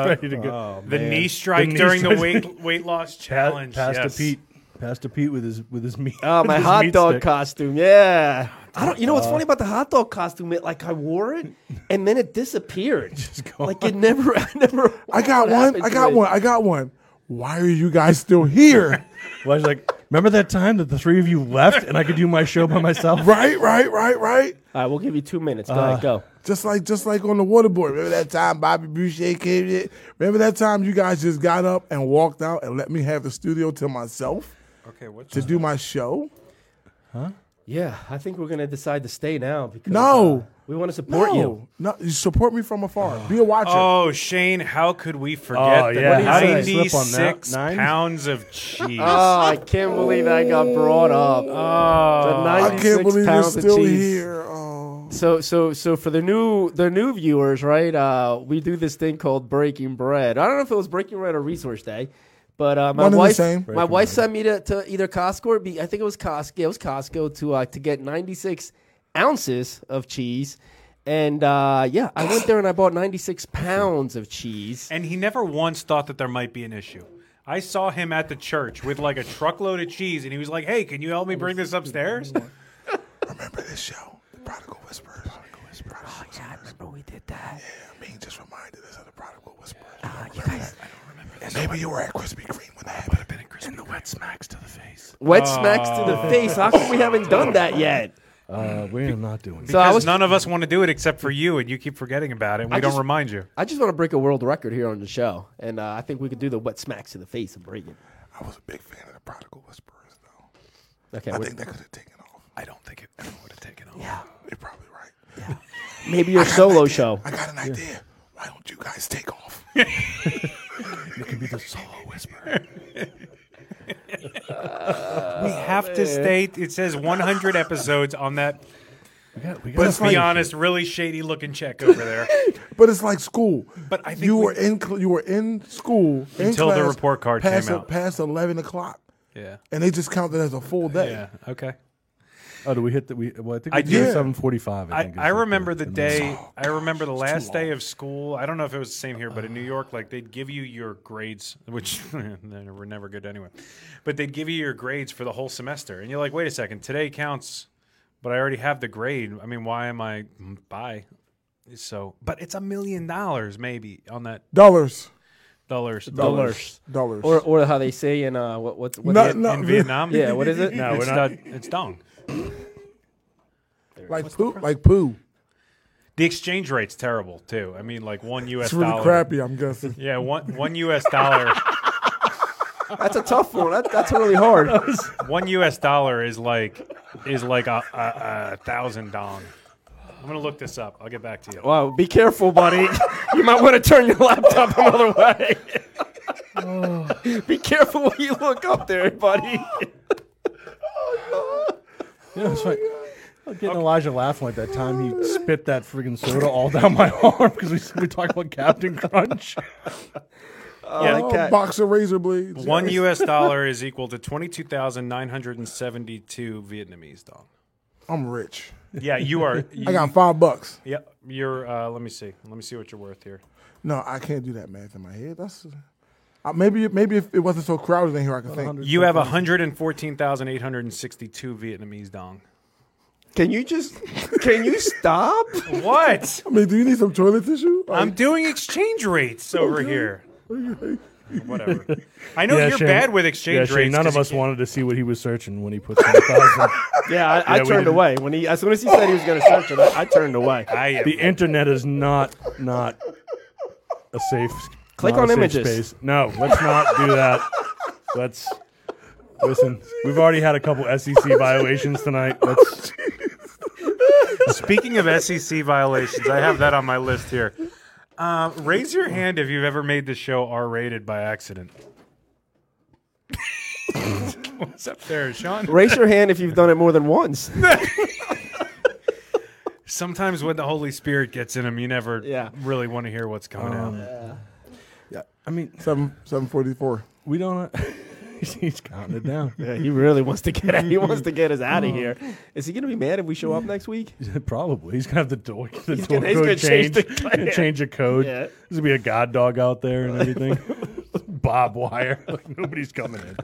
S8: ready to go.
S2: the knee strike
S8: The knee
S2: during the
S8: strike.
S2: weight weight loss oh,
S8: Pa-
S2: challenge.
S8: Pastor
S2: yes.
S8: Pete, Pastor Pete with his with his meat.
S5: Oh, my
S8: his
S5: hot
S8: meat
S5: dog
S8: stick.
S5: costume. Yeah. I don't. You know
S1: Uh,
S5: what's funny about the hot dog costume? It, like I wore it, and then it disappeared.
S8: gone.
S5: like it never. I never.
S1: I got
S5: what
S1: one.
S5: happened
S1: I
S5: to
S1: got
S5: it.
S1: one. I got one. Why are you guys still here?
S8: Elijah's like, remember that time that the three of you left and I could do my show by myself?
S1: right, right, right, right.
S5: All right, we'll give you two minutes. Go
S1: Uh,
S5: ahead, go.
S1: Just like just like on the waterboard. Remember that time Bobby Boucher came in? Remember that time you guys just got up and walked out and let me have the studio to myself
S2: Okay, what's
S1: to do my show?
S5: Yeah, I think we're gonna decide to stay now because
S1: No.
S5: uh, we want to support you.
S1: No, you support me from afar. Be a watcher.
S2: Oh, Shane, how could we forget
S8: Oh,
S2: the
S8: yeah,
S5: how did I
S8: slip on that?
S2: 96
S8: Nine?
S2: pounds of cheese?
S5: Oh, I can't believe I got brought up.
S2: Oh.
S5: The
S1: I
S5: 96
S1: can't believe you're
S5: pounds of
S1: still
S5: cheese.
S1: here. Oh.
S5: So so so for the new the new viewers, right? Uh, we do this thing called Breaking Bread. I don't know if it was Breaking Bread or Resource Day, but uh, my
S1: One and the
S5: wife
S1: same.
S5: my wife sent me to, to either Costco or be, I think it was Costco. It was Costco to uh, to get ninety six ounces of cheese, and uh, yeah, I went there and I bought ninety six pounds of cheese.
S2: And he never once thought that there might be an issue. I saw him at the church with like a truckload of cheese, and he was like, "Hey, can you help me bring this upstairs?"
S1: Remember this show, The Prodigal Whispers. Prodigal Whispers. Oh, yeah, I remember
S5: remember we did that. Ah,
S1: Yeah, Ming just reminded us of the prodigal whisperer.
S5: you guys.
S1: And maybe you were at Krispy Kreme when that happened. Have been at Krispy and the wet smacks to the face.
S5: Wet smacks to
S2: Oh.
S5: the face. How come we haven't done that yet?
S8: Uh, we are not doing
S2: Because
S5: So I was-
S2: none of us want to do it except for you, and you keep forgetting about it. And we
S5: I
S2: don't
S5: just-
S2: remind you.
S5: I just want to break a world record here on the show, and uh, I think we could do the wet smacks to the face and break it.
S1: I was a big fan of the prodigal whisperers, though.
S5: Okay,
S1: I
S5: we're-
S1: think that could have taken off.
S2: I don't think it ever would have taken off.
S5: yeah,
S1: You're probably right.
S5: maybe your
S1: I got an
S5: solo
S1: idea.
S5: show.
S1: I got an idea. Why don't you guys take off?
S8: You could be the solo whisperer.
S2: We have to state it says 100 episodes on that.
S8: We got, we got
S1: But it's
S2: Let's
S1: like-
S2: be honest, really shady looking check over there.
S1: But it's like school.
S2: But I think
S1: you
S2: we-
S1: were in cl- you were in school in
S2: Until the
S1: class
S2: report card
S1: past
S2: came
S1: a-
S2: out.
S1: past eleven o'clock,
S2: yeah.
S1: and they just counted as a full day.
S2: Yeah. Okay.
S8: Oh, do we hit the? We well, I think
S2: I
S8: we
S2: did.
S8: did seven forty-five. I,
S2: I,
S8: think is
S2: I
S8: what
S2: remember the day.
S1: Oh,
S2: I remember the
S1: too
S2: last day
S1: long.
S2: of school. I don't know if it was the same here, but in New York, like they'd give you your grades, which they were never good anyway. But they'd give you your grades for the whole semester, and you're like, wait a second, today counts, but I already have the grade. I mean, why am I? mm, Bye. So, but it's a million dollars maybe on that
S1: Dollars,
S2: dollars.
S5: Dollars.
S1: dollars.
S5: Or, or how they say in uh, what what's what
S1: Not-
S5: the-
S1: not-
S2: in Vietnam.
S5: Yeah, what is it?
S2: No,
S8: we're
S2: it's
S8: not-
S2: not- It's dong.
S1: like poo, like poo.
S2: The exchange rate's terrible too. I mean, like one U.S.
S1: It's really
S2: dollar.
S1: crappy. I'm guessing.
S2: Yeah, one one U.S. dollar.
S5: That's a tough one. That, that's really hard.
S2: one U.S. dollar is like is like a, a, a thousand dong. I'm gonna look this up. I'll get back to you.
S5: Wow, be careful, buddy. you might want to turn your laptop another way. be careful what you look up there, buddy.
S8: You know, it's like I was getting Elijah laughing like that time he spit that friggin' soda all down my arm because we we talked about Captain Crunch.
S2: yeah,
S1: Oh,
S5: Okay.
S1: boxer razor blades.
S2: one U.S. dollar is equal to twenty two thousand nine hundred and seventy two Vietnamese dong.
S1: I'm rich.
S2: Yeah, you are. You,
S1: I got five bucks.
S2: Yeah, you're. Uh, let me see. Let me see what you're worth here.
S1: No, I can't do that math in my head. That's uh, maybe maybe if it wasn't so crowded in here, I could think.
S2: You have hundred and fourteen thousand eight hundred and sixty two Vietnamese dong.
S5: Can you just can you stop?
S2: What?
S1: I mean, do you need some toilet tissue?
S2: I'm doing exchange rates over here. Whatever. I know Oh, you're bad with exchange
S8: yeah, Shane,
S2: rates.
S8: None
S2: 'cause
S8: of
S2: you
S8: us wanted to see what he was searching when he put seven thousand.
S5: Yeah, I, I
S8: Yeah, we
S5: turned
S8: didn't.
S5: away when he as soon as he said he was going to search it. I, I turned away.
S2: I am
S8: the internet is not not a safe.
S5: Click
S8: not a
S5: on
S8: safe
S5: images.
S8: Space. No, let's not do that. Let's listen. We've already had a couple SEC violations tonight. Let's.
S2: Speaking of SEC violations, I have that on my list here. Uh, raise your hand if you've ever made the show R-rated by accident. What's up there, Sean?
S5: Raise your hand if you've done it more than once.
S2: Sometimes when the Holy Spirit gets in them, you never
S5: Yeah.
S2: really want to hear what's coming out.
S8: I mean,
S1: seven seven forty four.
S8: we don't. He's counting it down.
S5: Yeah, he really wants to get he wants to get us out of here. Is he going to be mad if we show up next week?
S8: Probably. He's gonna have the door. The
S5: He's
S8: door
S5: gonna- he's
S8: code
S5: gonna change the-
S8: changed. Gonna change a code.
S5: Yeah.
S8: There's gonna be a god dog out there and everything. Bob wire. Like nobody's coming in.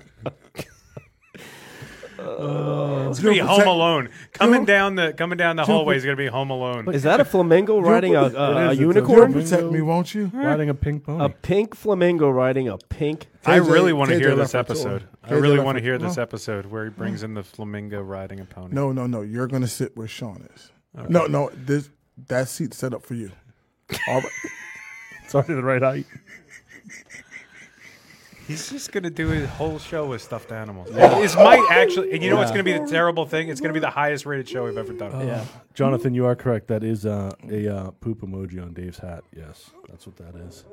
S2: It's gonna be Home Alone coming down the coming down the hallway is gonna be Home Alone.
S5: Is that a flamingo riding a, a, a
S8: is, it's a
S5: unicorn?
S8: flamingo.
S1: Protect me, won't you?
S8: Riding a pink pony.
S5: A pink flamingo riding a pink.
S2: I
S1: KJ
S2: really want to
S1: KJ
S2: hear this
S1: left for tour.
S2: episode. I
S1: KJ
S2: really
S1: left
S2: want to
S1: for
S2: hear
S1: tour.
S2: this episode where he brings in the flamingo riding a pony.
S1: No, no, no. You're gonna sit where Sean is. No, no. This that seat's set up for you. All right.
S8: it's already the right height.
S2: He's just gonna do his whole show with stuffed animals. This might actually, and you know what's gonna be the terrible thing? It's gonna be the highest rated show we've ever done.
S5: Yeah.
S8: Jonathan, you are correct. That is uh, a uh, poop emoji on Dave's hat. Yes, that's what that is.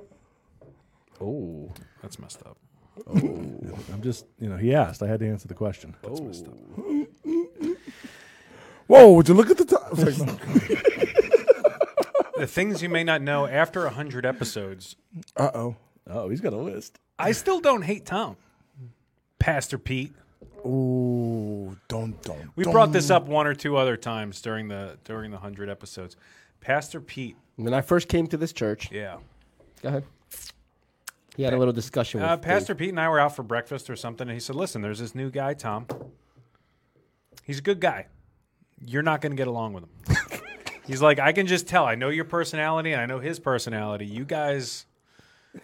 S5: Oh,
S2: That's messed up.
S8: I'm just, you know, he asked. I had to answer the question.
S5: Oh.
S1: Whoa! Would you look at the time? It's like,
S2: The things you may not know after hundred episodes,
S1: uh oh.
S8: Oh, he's got a list.
S2: I still don't hate Tom, Pastor Pete.
S1: Ooh, don't don't.
S2: We brought this up one or two other times during the during the hundred episodes. Pastor Pete,
S5: when I first came to this church,
S2: yeah.
S5: go ahead. He had a little discussion with
S2: Uh,
S5: Dave.
S2: Pastor Pete and I were out for breakfast or something, and he said, "Listen, there's this new guy, Tom. He's a good guy. You're not going to get along with him." He's like, I can just tell. I know your personality, and I know his personality. You guys, you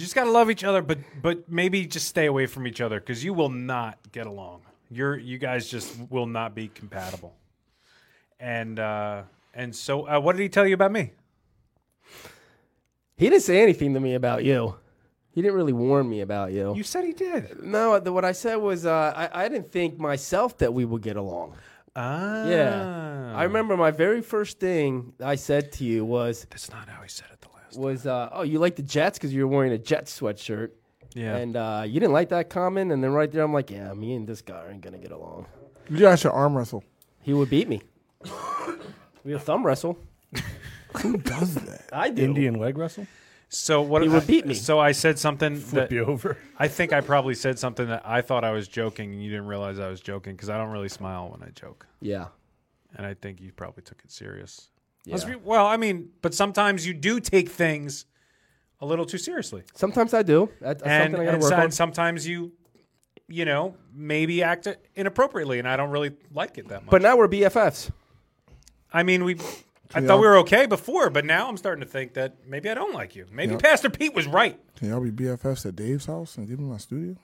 S2: just gotta love each other, but but maybe just stay away from each other because you will not get along. You're you guys just will not be compatible. And uh, and so, uh, what did he tell you about me?
S5: He didn't say anything to me about you. He didn't really warn me about you.
S2: You said he did.
S5: No, the, what I said was uh, I, I didn't think myself that we would get along.
S2: Ah,
S5: Yeah. I remember my very first thing I said to you was
S2: That's not how he said it the last.
S5: was uh, oh you like the Jets because you were wearing a Jets sweatshirt.
S2: Yeah.
S5: And uh, you didn't like that comment, and then right there I'm like, yeah, me and this guy aren't gonna get along.
S1: You guys should arm wrestle.
S5: He would beat me. we would thumb wrestle.
S1: Who does that?
S5: I do.
S8: Indian leg wrestle?
S2: So what?
S5: He would
S2: I-
S5: beat me.
S2: So I said something
S8: Flip
S2: that
S8: you over.
S2: I think I probably said something that I thought I was joking, and you didn't realize I was joking because I don't really smile when I joke,
S5: Yeah.
S2: and I think you probably took it serious.
S5: yeah.
S2: Let's be- well, I mean, but sometimes you do take things a little too seriously,
S5: Sometimes I do. That- That's
S2: and,
S5: something I gotta
S2: and
S5: work
S2: so-
S5: on.
S2: and sometimes you, you know, maybe act inappropriately, and I don't really like it that much.
S5: But now we're BFFs.
S2: I mean, we. I
S1: Yeah.
S2: thought we were okay before, but now I'm starting to think that maybe I don't like you. Maybe
S1: Yeah.
S2: Pastor Pete was right.
S1: Can y'all be BFFs at Dave's house and give him my studio?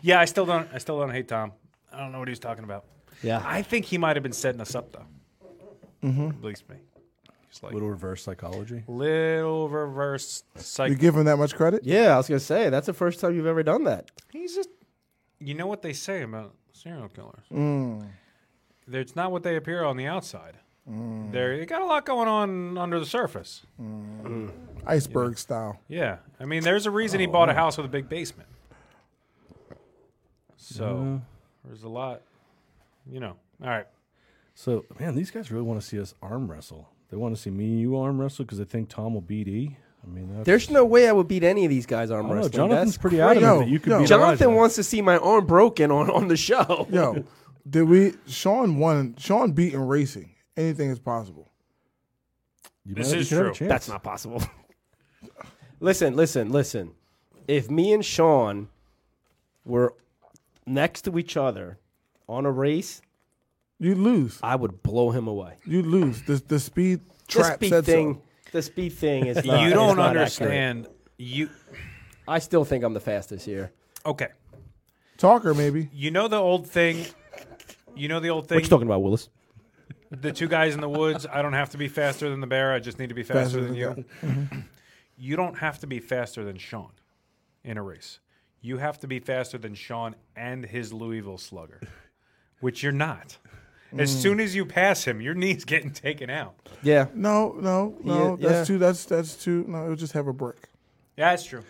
S2: Yeah, I still don't. I still don't hate Tom. I don't know what he was talking about.
S5: Yeah.
S2: I think he might have been setting us up though.
S5: Mm-hmm.
S2: At least me. He's like
S8: Little reverse psychology.
S2: little reverse
S1: You
S2: psych.
S1: give him that much credit?
S5: Yeah, I was gonna say that's the first time you've ever done that.
S2: He's just. You know what they say about serial killers?
S5: Mm.
S2: They're- It's not what they appear on the outside.
S5: Mm.
S2: They're, they got a lot going on under the surface.
S1: Iceberg style.
S2: Yeah, I mean, there's a reason he
S5: Oh,
S2: bought a house with a big basement. So there's a lot, you know. All right.
S8: So, man, these guys really want to see us arm wrestle. They want to see me and you arm wrestle because they think Tom will beat E. I mean, that's,
S5: There's no way I would beat any of these guys
S8: I
S5: arm
S8: don't know,
S5: wrestling.
S8: Jonathan's
S5: That's
S8: pretty
S5: crazy.
S8: adamant
S1: Yo,
S8: that you could
S1: yo.
S8: beat
S5: Jonathan
S8: Elijah.
S5: wants to see my arm broken on, on the show.
S1: Yo, did we? Sean won. Sean beat in racing. Anything is possible.
S8: You
S2: This
S8: might- you
S2: is
S8: could have a
S2: true.
S8: chance.
S5: That's not possible. listen, listen, listen. If me and Sean were next to each other on a race,
S1: You lose.
S5: I would blow him away.
S1: You lose. The the speed trap
S5: the speed
S1: said
S5: thing.
S1: so.
S5: The speed thing is not.
S2: you
S5: is
S2: don't
S5: not accurate.
S2: understand. You
S5: I still think I'm the fastest here.
S2: okay?
S1: Talker maybe.
S2: You know the old thing. You know the old thing.
S5: talking about, Willis?
S2: the two guys in the woods. I don't have to be faster than the bear. I just need to be faster,
S1: Faster
S2: than
S1: than
S2: you. you don't have to be faster than Sean in a race. You have to be faster than Sean and his Louisville slugger, which you're not. As soon as you pass him, your knee's getting taken out.
S5: Yeah.
S1: No, no, no.
S5: Yeah,
S1: that's
S5: yeah.
S1: too. That's that's too. No, it'll just have a brick.
S2: Yeah, that's true.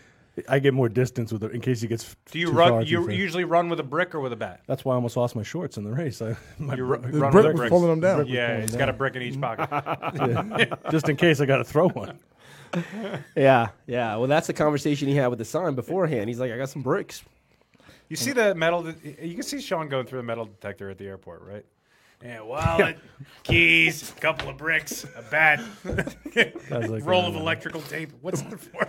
S8: I get more distance with it in case he gets.
S2: Do you
S8: too
S2: run?
S8: far, too
S2: you
S8: far.
S2: usually run with a brick or with a bat.
S8: That's why I almost lost my shorts in the race. I, my
S2: You
S8: bro-
S2: ru-
S1: The
S2: run
S1: brick
S2: with a
S1: was
S2: brick.
S1: pulling them down.
S2: Yeah, he's got a brick in each pocket.
S8: just in case I got to throw one.
S5: Yeah. Yeah. Well, that's the conversation he had with the sign beforehand. He's like, I got some bricks.
S2: You see the metal? de- You can see Sean going through the metal detector at the airport, right? Yeah, wallet, keys, a couple of bricks, a bat,
S8: like,
S2: roll of
S8: uh,
S2: electrical tape. What's it for?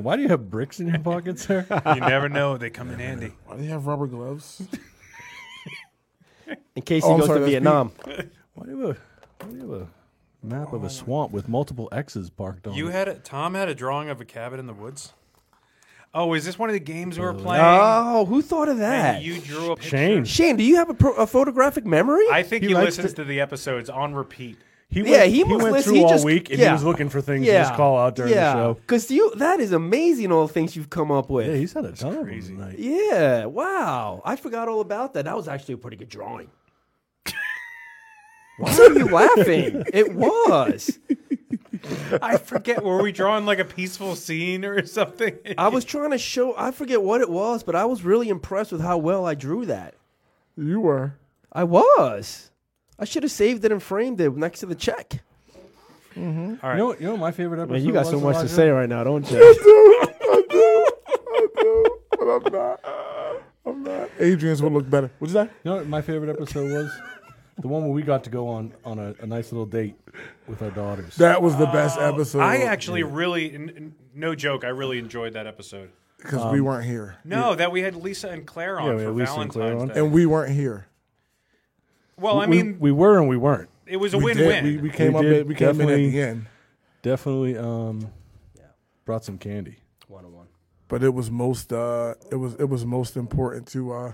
S8: Why do you have bricks in your pockets, sir?
S2: you never know; they come in handy.
S1: Why do you have rubber gloves?
S5: In case
S1: Oh,
S5: he
S1: I'm
S5: goes
S1: sorry,
S5: to
S1: that's me.
S5: Vietnam.
S8: Why do you have a, why do you have a map of a swamp with multiple X's marked on
S2: You
S8: it?
S2: had a, Tom had a drawing of a cabin in the woods. Oh, is this one of the games we were playing?
S5: Oh, who thought of that?
S2: and you drew a picture.
S8: Shane,
S5: Shane, do you have a, pro- a photographic memory?
S2: I think
S8: He
S2: he,
S8: likes
S2: listens
S8: to-
S2: to the episodes on repeat.
S8: he went,
S5: Yeah, he must
S8: went
S5: listen-
S8: through
S5: he
S8: all
S5: just-
S8: week and he
S5: yeah.
S8: was looking for things to just call out during the show.
S5: Because you that is amazing all the things you've come up
S8: Yeah,
S5: with.
S8: he's had a ton of them
S2: crazy.
S8: tonight.
S5: Yeah, wow. I forgot all about that. That was actually a pretty good drawing. Why are you laughing? It was.
S2: I forget. Were we drawing like a peaceful scene or something?
S5: I was trying to show I forget what it was, but I was really impressed with how well I drew that.
S1: you were.
S5: I was. I should have saved it and framed it next to the check.
S8: You know, what- you know what my favorite episode. was, Elijah?
S5: right now, don't you?
S1: Adrian's would look better. What's that?
S8: You know what my favorite episode was? The one where we got to go on on a, a nice little date with our daughters.
S1: That was the
S5: Uh,
S1: best episode.
S2: I actually really, n- n- no joke, I really enjoyed that episode.
S1: because we weren't here
S2: No, that we had Lisa and Claire on
S8: Yeah, we
S2: for
S8: had Lisa and
S2: Valentine's
S8: Claire on.
S2: Day.
S1: and we weren't here.
S2: Well, I
S8: We-
S2: mean-
S8: we, were and we weren't.
S2: It was a We did. win-win.
S1: We- we came up
S8: did
S1: at- we came in at the
S8: definitely-
S1: end.
S8: Definitely, um, brought some candy.
S5: One on one.
S1: But it was most uh it was it was most important to uh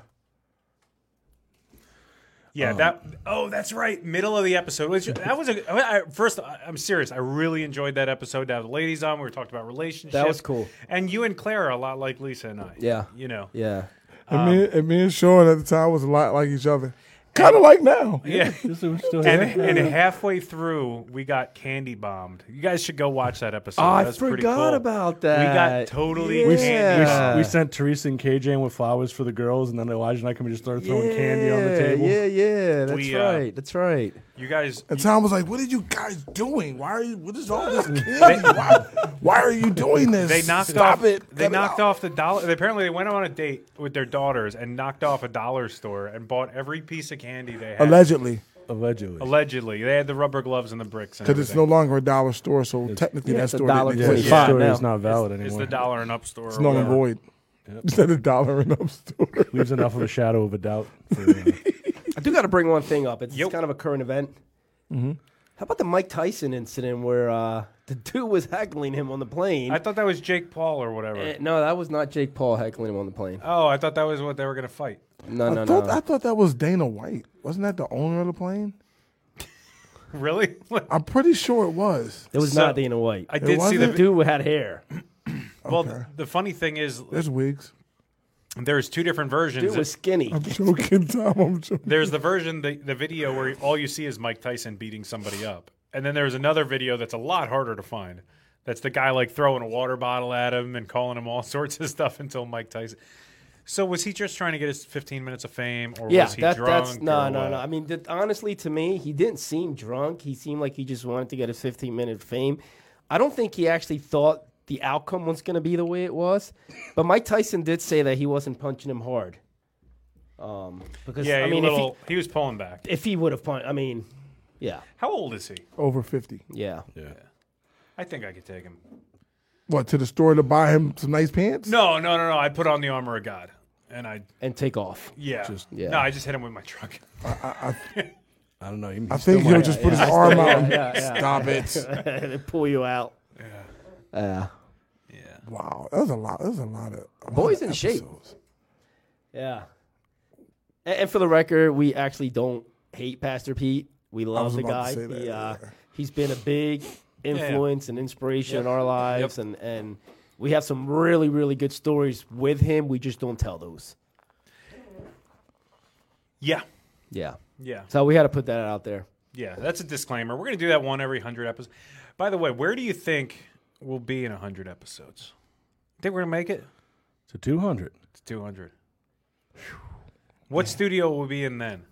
S2: Yeah, that. Oh, that's right. Middle of the episode. Which, that was a. I, I, first, I, I'm serious. I really enjoyed that episode. To have the ladies on, we were talking about relationships.
S5: That was cool.
S2: And you and Claire are a lot like Lisa and I.
S5: Yeah.
S2: You know.
S5: Yeah.
S1: and me and me and Sean at the time was a lot like each other. Kinda like now.
S2: Yeah.
S1: still
S2: and,
S1: here.
S2: and
S1: Yeah.
S2: halfway through, we got candy bombed. You guys should go watch that episode.
S5: Oh, I
S2: That's pretty
S5: forgot
S2: cool.
S5: about
S2: We got
S5: that.
S2: totally
S5: Yeah.
S8: We,
S2: candy
S8: we,
S2: bombed.
S8: we sent Teresa and KJ in with flowers for the girls, and then Elijah and I can just start throwing candy on the table.
S5: Yeah, yeah, that's
S2: We, uh,
S5: right. that's right.
S2: You guys.
S1: And Tom was like, What are you guys doing? Why are you what is all this candy? why, why are you doing this?
S2: They knocked
S1: Stop
S2: off.
S1: it.
S2: They knocked off the dollar. They, apparently, they went on a date with their daughters and knocked off a dollar store and bought every piece of candy they had.
S1: Allegedly.
S8: Allegedly.
S2: Allegedly, they had the rubber gloves and the bricks. and
S1: Because it's no
S2: everything.
S1: longer a dollar store, so technically
S5: yeah,
S1: that
S5: it's a
S1: store didn't
S5: dollar
S1: exist.
S5: twenty-five Yeah, store now.
S8: is not valid It's-
S2: it's
S8: anymore.
S2: the dollar and up store.
S1: It's
S2: or
S1: null and
S2: whatever.
S1: void. It's not a dollar and up store.
S8: Leaves enough of a shadow of a doubt. uh,
S5: I do got to bring one thing up. It's kind of a current event.
S8: Mhm.
S5: How about the Mike Tyson incident where uh, the dude was heckling him on the plane?
S2: I thought that was Jake Paul or whatever.
S5: Eh, no, that was not Jake Paul heckling him on the plane.
S2: oh, I thought that was what they were gonna fight.
S5: No,
S1: I
S5: no,
S1: thought,
S5: no.
S1: I thought that was Dana White. Wasn't that the owner of the plane?
S2: really?
S1: I'm pretty sure it was.
S5: It was
S2: So,
S5: not Dana White.
S2: I did see the
S5: dude who had hair.
S2: Well, th- the funny thing is,
S1: There's wigs.
S2: there's two different versions.
S5: Dude was skinny.
S1: I'm joking, Tom. I'm joking.
S2: There's the version, the, the video where all you see is Mike Tyson beating somebody up. And then there's another video that's a lot harder to find. That's the guy like throwing a water bottle at him and calling him all sorts of stuff until Mike Tyson. So was he just trying to get his 15 minutes of fame, or
S5: yeah,
S2: was he
S5: that,
S2: drunk?
S5: that's no,
S2: or
S5: no,
S2: what?
S5: no. I mean, th- honestly, to me, he didn't seem drunk. He seemed like he just wanted to get his 15 minute fame. I don't think he actually thought the outcome was going to be the way it was. But Mike Tyson did say that he wasn't punching him hard. Um, because
S2: Yeah,
S5: I
S2: he
S5: mean,
S2: little- he was pulling back.
S5: If he would have punched, I mean, yeah,
S2: How old is he?
S1: Over 50.
S5: yeah,
S8: yeah.
S2: I think I could take him.
S1: What, to the store to buy him some nice pants?
S2: No, no, no, no. I put on the armor of God, and I
S5: and take off.
S2: yeah,
S1: Just-
S2: no, I just hit him with my truck.
S1: I, I,
S8: I don't know.
S1: I think he'll just put his arm out. and Stop it.
S5: they pull you out. Yeah. Yeah.
S1: Wow, that was a lot. That was a lot of a lot
S5: Boys
S1: of
S5: in shape.
S1: episodes.
S5: Yeah. And, and for the record, we actually don't hate Pastor Pete. We love
S1: was
S5: the
S1: about to
S5: guy.
S1: say that,
S5: He, uh, He's been a big influence and inspiration in
S2: Yep.
S5: our lives, and, and we have some really, really good stories with him. We just don't tell those.
S2: Yeah,
S5: Yeah.
S2: Yeah.
S5: So we had to put that out there.
S2: yeah. That's a disclaimer. We're gonna do that one every hundred episodes. By the way, where do you think we'll be in hundred episodes? Think we're gonna make it?
S8: To 200.
S2: It's two hundred. What studio will we be in then?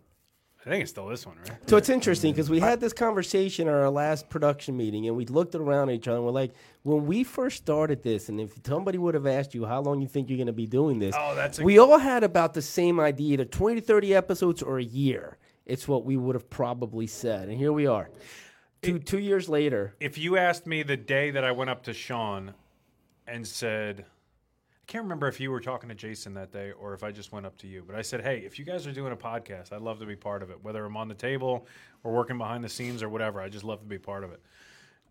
S2: I think it's still this one, right?
S5: So it's interesting because we had this conversation at our last production meeting, and we looked around at each other and we're like, when we first started this, and if somebody would have asked you how long you think you're going to be doing this,
S2: Oh, that's a-
S5: we all had about the same idea either 20 to 30 episodes or a year. It's what we would have probably said. And here we are. Two, two years later,
S2: If you asked me the day that I went up to Sean and said, I can't remember if you were talking to Jason that day or if I just went up to you, but I said, Hey, if you guys are doing a podcast, I'd love to be part of it, whether I'm on the table or working behind the scenes or whatever. I just love to be part of it.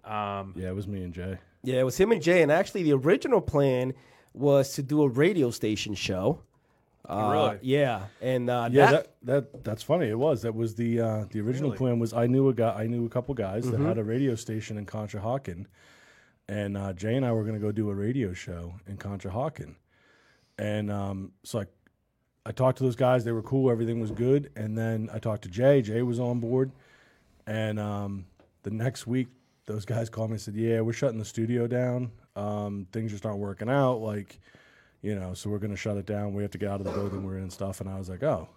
S2: Um,
S8: Yeah, it was me and Jay.
S5: Yeah, it was him and Jay. And actually, the original plan was to do a radio station show. Uh,
S8: Really?
S5: Yeah. And uh,
S8: yeah,
S5: that-
S8: that, that that's funny. It was that was the uh, the original
S5: Really?
S8: plan was I knew a guy I knew a couple guys
S5: Mhm.
S8: that had a radio station in Conshohocken, and uh, Jay and I were going to go do a radio show in Conshohocken, and um, so I I talked to those guys. They were cool. Everything was good. And then I talked to Jay. Jay was on board, and um, the next week those guys called me and said, "Yeah, we're shutting the studio down. Um, things just aren't working out. Like." You know, so we're going to shut it down. We have to get out of the building we're in and stuff. And I was like, oh,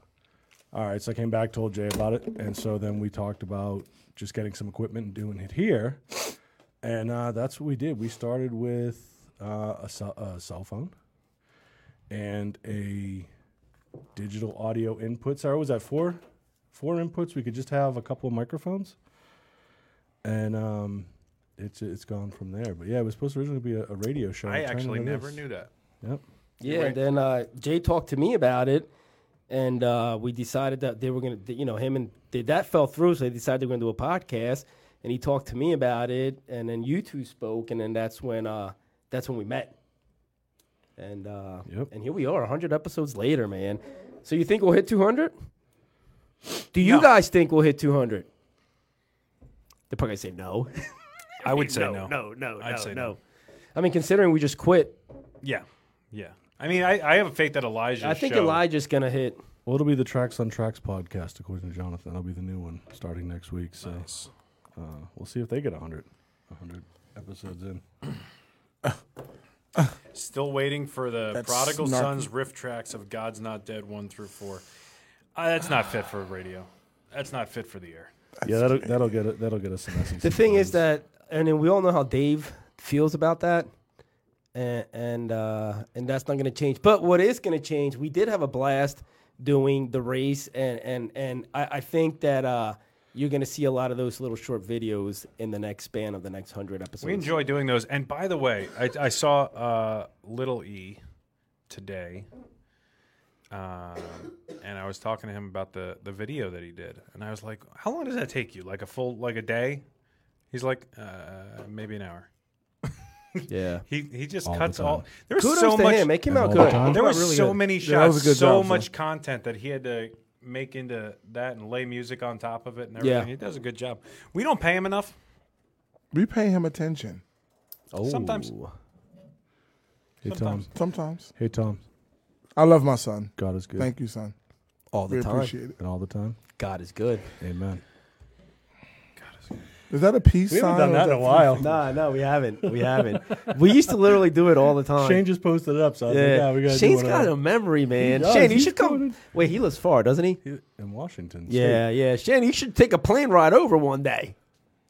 S8: all right, so I came back, told Jay about it, and so then we talked about just getting some equipment and doing it here, and uh, that's what we did. We started with uh, a, cell, a cell phone and a digital audio input. Sorry, what was that four? Four inputs. We could just have a couple of microphones, and um, it's it's gone from there. But yeah, it was supposed to originally be a, a radio show.
S2: I
S8: It turned
S2: actually
S8: into
S2: never
S8: this.
S2: knew that.
S8: Yep.
S5: Yeah, and then uh, Jay talked to me about it, and uh, we decided that they were gonna, you know, him and that fell through, so they decided they were gonna do a podcast, and he talked to me about it, and then you two spoke, and then that's when uh, that's when we met, and uh, and here we are, hundred episodes later, man. So you think we'll hit two hundred? Do you guys think we'll hit two hundred? They're probably gonna say no.
S2: I would say no.
S5: No, no,
S2: I'd
S5: no,
S2: say
S5: no. I mean, considering we just quit,
S2: Yeah, yeah. I mean, I, I have faith that Elijah.
S5: I think
S2: show,
S5: Elijah's gonna hit.
S8: Well, it'll be the Tracks on Tracks podcast, according to Jonathan. That'll be the new one starting next week. So uh, we'll see if they get 100, 100 episodes in.
S2: Still waiting for the
S8: That's
S2: Prodigal
S8: snarky.
S2: Sons riff tracks of God's Not Dead one through four. Uh, that's not fit for radio. That's not fit for the air.
S8: yeah, that'll, that'll get it. That'll get us E an SEC.
S5: The thing is that, and then we all know how Dave feels about that, and and, uh, and that's not going to change. But what is going to change? We did have a blast doing the race, and and and I, I think that uh, you're going to see a lot of those little short videos in the next span of the next hundred episodes.
S2: We enjoy doing those. And by the way, I, I saw uh, Little E today, um, and I was talking to him about the the video that he did, and I was like, "How long does that take you? Like a full like a day?" He's like, uh, "Maybe an hour."
S5: yeah,
S2: he he just
S5: All the
S2: cuts all.
S5: time.
S2: There was
S5: Kudos
S2: so
S5: to
S2: much.
S5: him. It came out
S2: There
S5: good.
S2: were-
S5: It
S2: There
S5: came
S2: were
S5: out really
S2: so
S5: good.
S2: many
S5: Yeah, that
S2: shots,
S5: was a good
S2: so
S5: job, son.
S2: much content that he had to make into that and lay music on top of it and
S1: Yeah.
S2: everything. He does a good job. We don't pay him enough.
S1: We pay him attention.
S2: Sometimes.
S8: Oh. Hey, Tom.
S1: Sometimes.
S8: Hey, Tom.
S1: I love my son.
S8: God is good.
S1: Thank you, son.
S5: All the
S1: we
S5: time.
S1: appreciate it.
S8: And all the time.
S5: God is good.
S8: Amen.
S1: Is that a peace
S5: We haven't
S1: sign
S5: done
S1: or
S5: that
S1: is
S5: in a while. Nah, no, we haven't. We haven't. we used to literally do it all the time.
S8: Shane just posted it up, so I was like, yeah, we gotta do
S5: Shane's
S8: one of
S5: got
S8: those.
S5: a memory, man.
S8: does.
S5: Shane, you
S8: He's
S5: should come. Wait, he lives far, doesn't he?
S8: In Washington. State.
S5: Yeah, yeah. Shane, you should take a plane ride over one day.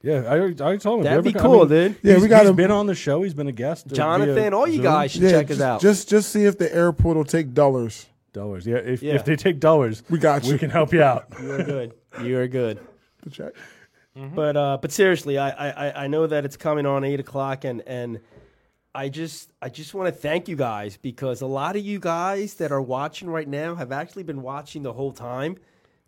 S8: Yeah, I already, I already told him. Whoever
S5: That'd be
S8: co- I
S5: cool,
S8: mean,
S5: dude.
S8: he's-
S1: Yeah, we got
S8: he's
S1: him.
S8: been on the show. He's been a guest. uh, via Zoom.
S1: Yeah, just, Just just see if the airport will take dollars.
S8: dollars. Yeah, if,
S1: Yeah.
S8: if they take dollars,
S1: we got you.
S8: We can help you out.
S5: You are good. You are good.
S1: The check.
S5: But uh, but seriously, I, I I- I know that it's coming on eight o'clock, and and I just I just want to thank you guys because a lot of you guys that are watching right now have actually been watching the whole time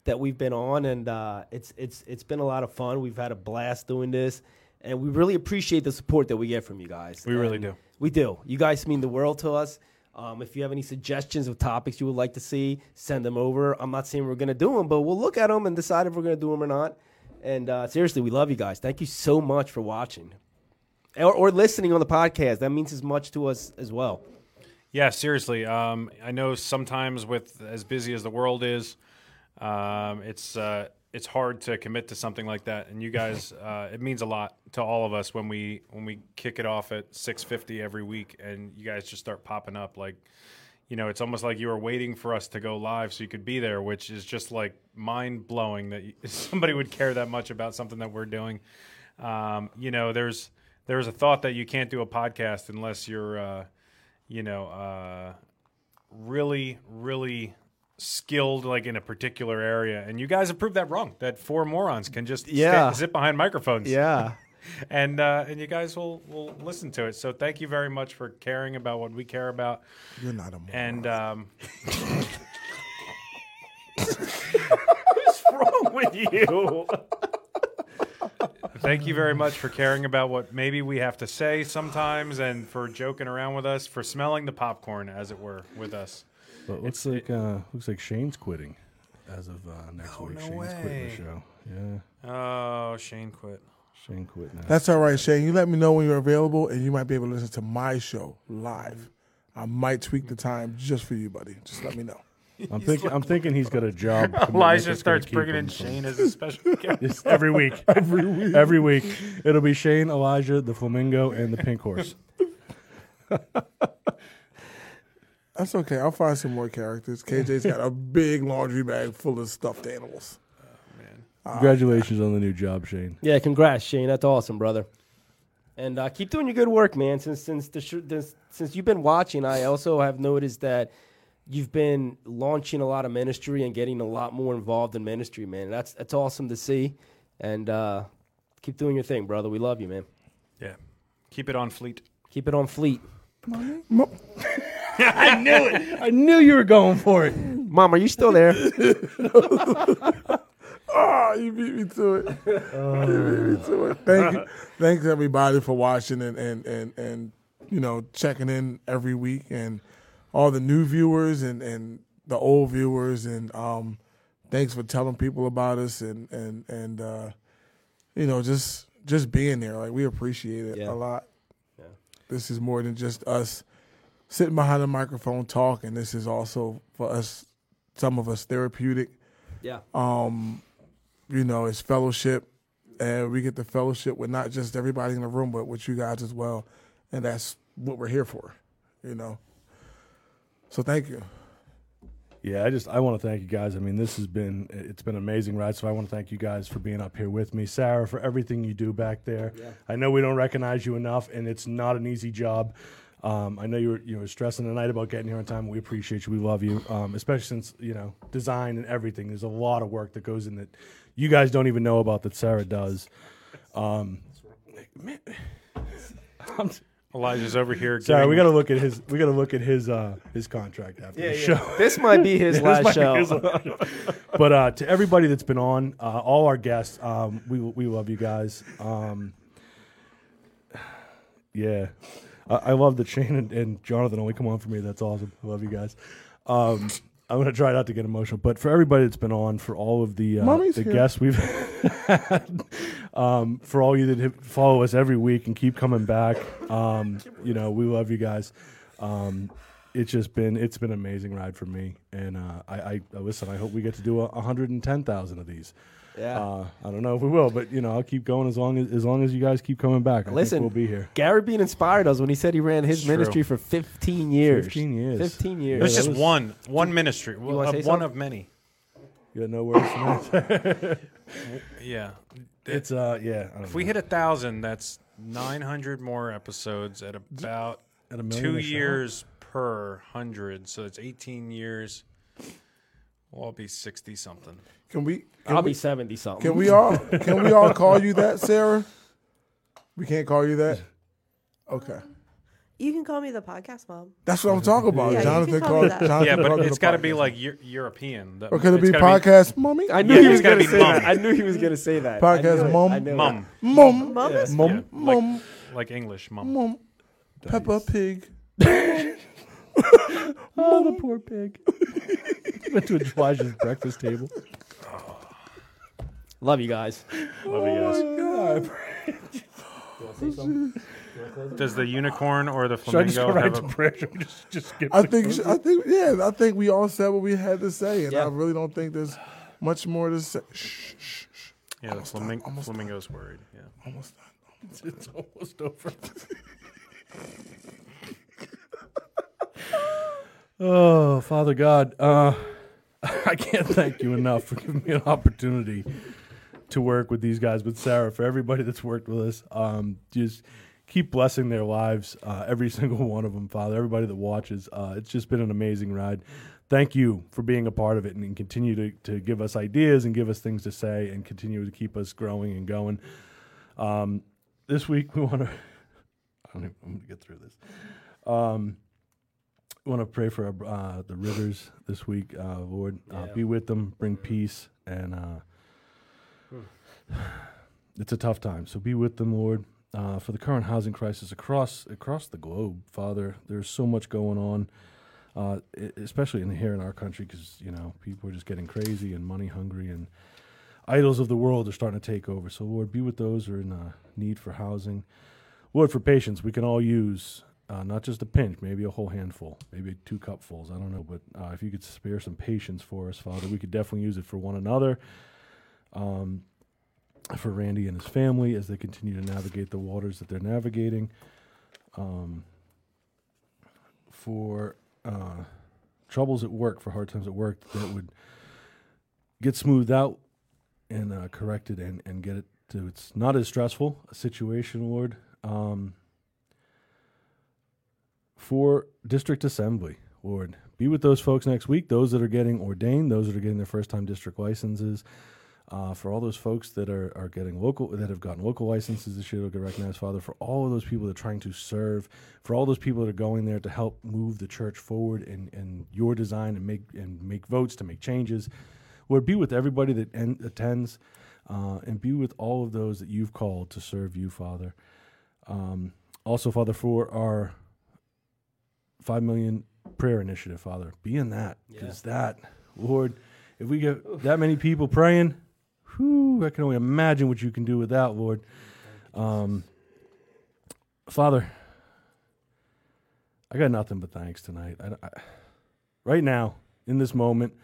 S5: that we've been on, and uh, it's it's it's been a lot of fun. We've had a blast doing this, and we really appreciate the support that we get from you guys.
S2: We really
S5: And
S2: do.
S5: We do. You guys mean the world to us. Um, if you have any suggestions of topics you would like to see, send them over. I'm not saying we're going to do them, but we'll look at them and decide if we're going to do them or not. And uh, seriously, we love you guys. Thank you so much for watching or, or listening on the podcast. That means as much to us as well.
S2: Yeah, seriously. Um, I know sometimes with as busy as the world is, um, it's uh, it's hard to commit to something like that. And you guys, uh, it means a lot to all of us when we when we kick it off at six fifty every week, and you guys just start popping up. Like, you know, it's almost like you were waiting for us to go live so you could be there, which is just like mind blowing that you, somebody would care that much about something that we're doing. Um, you know, there's there's a thought that you can't do a podcast unless you're uh, you know, uh, really, really skilled, like in a particular area. And you guys have proved that wrong. That four morons can just
S5: Yeah.
S2: sta- sit behind microphones.
S5: Yeah.
S2: and uh, and you guys will will listen to it. So thank you very much for caring about what we care about.
S1: You're not a moron.
S5: uh,
S2: And um,
S5: What's wrong with you?
S2: Thank you very much for caring about what maybe we have to say sometimes and for joking around with us, for smelling the popcorn, as it were, with us.
S8: But it looks like uh, looks like Shane's quitting as of uh, next week. Shane's quitting the show. Yeah,
S2: Oh, Shane quit.
S8: Shane quit now.
S1: That's all right, Shane. You let me know when you're available, and you might be able to listen to my show live. I might tweak the time just for you, buddy. Just let me know.
S8: I'm thinking. I'm thinking he's got a job.
S2: Elijah
S8: commitment that's gonna
S2: starts
S8: keep
S2: bringing
S8: him
S2: in
S8: from-
S2: Shane as a special guest
S8: Just every week.
S1: every week.
S8: Every week. It'll be Shane, Elijah, the flamingo, and the pink horse.
S1: That's okay. I'll find some more characters. KJ's got a big laundry bag full of stuffed animals. Ah.
S8: Congratulations on the new job, Shane.
S5: Yeah, congrats, Shane. That's awesome, brother. And uh, keep doing your good work, man. Since since the sh- this, since you've been watching, I also have noticed that you've been launching a lot of ministry and getting a lot more involved in ministry, man. That's that's awesome to see. And uh, keep doing your thing, brother. We love you, man.
S2: Yeah. Keep it on fleet.
S5: Keep it on fleet.
S1: Mo-
S8: I knew it. I knew you were going for it.
S5: Mom, are you still there?
S1: Ah, you beat me to it. You beat me to it. Thank you. Thanks everybody for watching and, and, and, and you know, checking in every week and all the new viewers and, and the old viewers and um thanks for telling people about us and, and, and uh you know, just just being there. Like we appreciate it
S5: Yeah.
S1: a lot. This is more than just us sitting behind a microphone talking. This is also for us some of us therapeutic
S5: yeah.
S1: um, you know, it's fellowship, and we get the fellowship with not just everybody in the room, but with you guys as well, and that's what we're here for, you know. So thank you.
S8: Yeah, I just I want to thank you guys. I mean, this has been it's been an amazing ride. So I want to thank you guys for being up here with me, Sarah, for everything you do back there. I know we don't recognize you enough, and it's not an easy job. Um, I know you were you were stressing tonight about getting here on time. We appreciate you. We love you, um, especially since you know design and everything. There's a lot of work that goes in that you guys don't even know about that Sarah does. Um, man, I'm-
S2: Elijah's over here.
S8: Sorry,
S2: giving-
S8: we gotta look at his. We gotta look at his uh, his contract after
S5: Yeah,
S8: the
S5: yeah.
S8: show.
S5: This might be his
S8: This
S5: last
S8: might be
S5: show.
S8: his last show. but uh, to everybody that's been on, uh, all our guests, um, we we love you guys. Um, yeah, I, I love that Shane and, and Jonathan only come on for me. That's awesome. I love you guys. Um, I'm gonna try not to get emotional, but for everybody that's been on, for all of the uh,
S1: Mommy's
S8: the
S1: here.
S8: guests we've had, um, for all you that have- follow us every week and keep coming back, um, you know we love you guys. Um, it's just been it's been an amazing ride for me, and uh, I, I I- listen. I hope we get to do a hundred and ten thousand of these.
S5: Yeah.
S8: uh, I don't know if we will, but you know I'll keep going as long as as long as you guys keep coming back. I think
S5: Listen,
S8: we'll be here.
S5: Gary Bean inspired us when he said he ran his
S2: It's
S5: ministry for 15 years.
S8: 15 years.
S5: 15 years.
S2: It was
S8: Yeah,
S2: just
S8: that was-
S2: one, one ministry,
S5: wanna
S2: well,
S5: say
S2: uh, one
S5: something?
S2: of many.
S8: You got no words. tonight?
S2: Yeah.
S8: it's uh yeah. I don't
S2: If we
S8: know.
S2: hit a thousand, that's nine hundred more episodes at about
S8: At a million
S2: two
S8: a shot?
S2: years per hundred. So it's eighteen years. Well, I'll be sixty something.
S1: Can we? Can
S5: I'll
S1: we,
S5: be 70 something.
S1: Can we all? Can we all call you that, Sarah? We can't call you that. Okay,
S4: You can call me the podcast mom.
S1: that's what I'm talking about.
S4: Yeah, you
S1: Jonathan
S4: can call
S1: called.
S4: me that.
S1: Jonathan
S2: Yeah,
S1: called
S2: but
S1: it
S2: it's
S1: a
S2: got to be
S1: podcast.
S2: like Eu- European. The-
S1: Or could it
S2: it's
S1: be
S2: gotta
S1: podcast mommy?
S5: I knew
S2: Yeah,
S5: he was
S2: it's gotta
S5: going to
S2: be
S5: say
S2: mum.
S5: that. I knew he was going to say that. I knew
S1: Podcast
S5: it.
S1: mom.
S5: I knew it.
S2: Mum,
S1: Mom,
S4: Mom is
S1: mom,
S2: like-
S1: mom,
S2: like English mum.
S1: mom. Peppa Pig.
S8: Oh, the poor pig. Went to Elijah's breakfast table.
S5: Love you guys.
S8: Love you guys. oh
S2: Does the unicorn or the
S8: Should I just go
S2: flamingo
S8: right
S2: have
S8: to
S2: a?
S8: prayer? Should we just, just skip
S1: I
S8: to
S1: think
S8: closing?
S1: I think yeah, I think we all said what we had to say, and I
S5: Yeah.
S1: really don't think there's much more to say. Shh, shh, shh.
S2: Yeah, the flamingo, flamingo's worried. Yeah.
S1: Almost done.
S8: it's almost over. oh, Father God, uh, I can't thank you enough for giving me an opportunity to work with these guys, with Sarah, for everybody that's worked with us. Um, just keep blessing their lives, uh, every single one of them, Father, everybody that watches. Uh, it's just been an amazing ride. Thank you for being a part of it and, and continue to, to give us ideas and give us things to say and continue to keep us growing and going. Um, this week we want to. I don't even. I'm going to get through this. Um, we want to pray for our, uh, the rivers this week, uh, Lord. Uh, be with them, bring peace, and uh, it's a tough time. So be with them, Lord. Uh, for the current housing crisis across across the globe, Father, there's so much going on, uh, e- especially in here in our country, because you know people are just getting crazy and money hungry, and idols of the world are starting to take over. So, Lord, be with those who are in uh, need for housing. Lord, for patience, we can all use uh, not just a pinch, maybe a whole handful, maybe two cupfuls. I don't know, but uh, if you could spare some patience for us, Father, we could definitely use it for one another. Um, for Randy and his family as they continue to navigate the waters that they're navigating. Um, for uh, troubles at work, for hard times at work, that would get smoothed out and uh, corrected and, and get it to it's not as stressful a situation, Lord. Um, for district assembly, Lord, be with those folks next week. Those that are getting ordained, those that are getting their first time district licenses, Uh, for all those folks that are, are getting local that have gotten local licenses this year, they'll get recognized, Father. For all of those people that are trying to serve, for all those people that are going there to help move the church forward and and your design and make and make votes to make changes, Lord, be with everybody that en- attends, uh, and be with all of those that you've called to serve you, Father. Um, also, Father, for our five million prayer initiative, Father, be in that because that, Lord, if we get that many people praying, whew, I can only imagine what you can do with that, Lord. Um, Father, I got nothing but thanks tonight. I, I- right now, in this moment,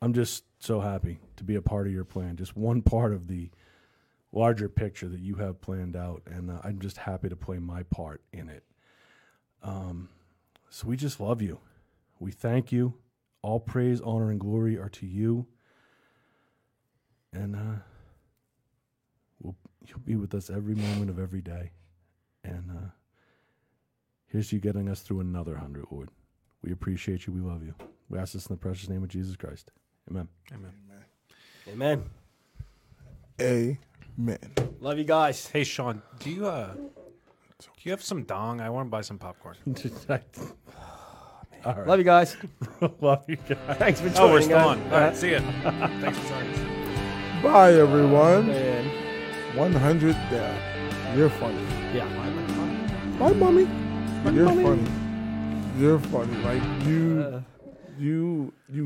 S8: I'm just so happy to be a part of your plan, just one part of the larger picture that you have planned out, and uh, I'm just happy to play my part in it. Um, so we just love you. We thank you. All praise, honor, and glory are to you. And uh, we'll, you'll be with us every moment of every day. And uh, here's to you getting us through another hundred, Lord. We appreciate you. We love you. We ask this in the precious name of Jesus Christ. Amen.
S2: Amen.
S5: Amen.
S1: Amen.
S5: Love you guys.
S2: Hey, Sean, do you uh, do you have some dong? I want to buy some popcorn.
S8: All right.
S5: Love you guys.
S8: love you guys.
S5: Thanks for joining
S2: Oh, we're still
S5: us.
S2: on. All right, see ya. Thanks for joining us.
S1: Bye, everyone.
S5: Man.
S1: 100 down. You're funny.
S5: Yeah.
S1: Bye, mommy. You're funny. You're funny. Like you, you, you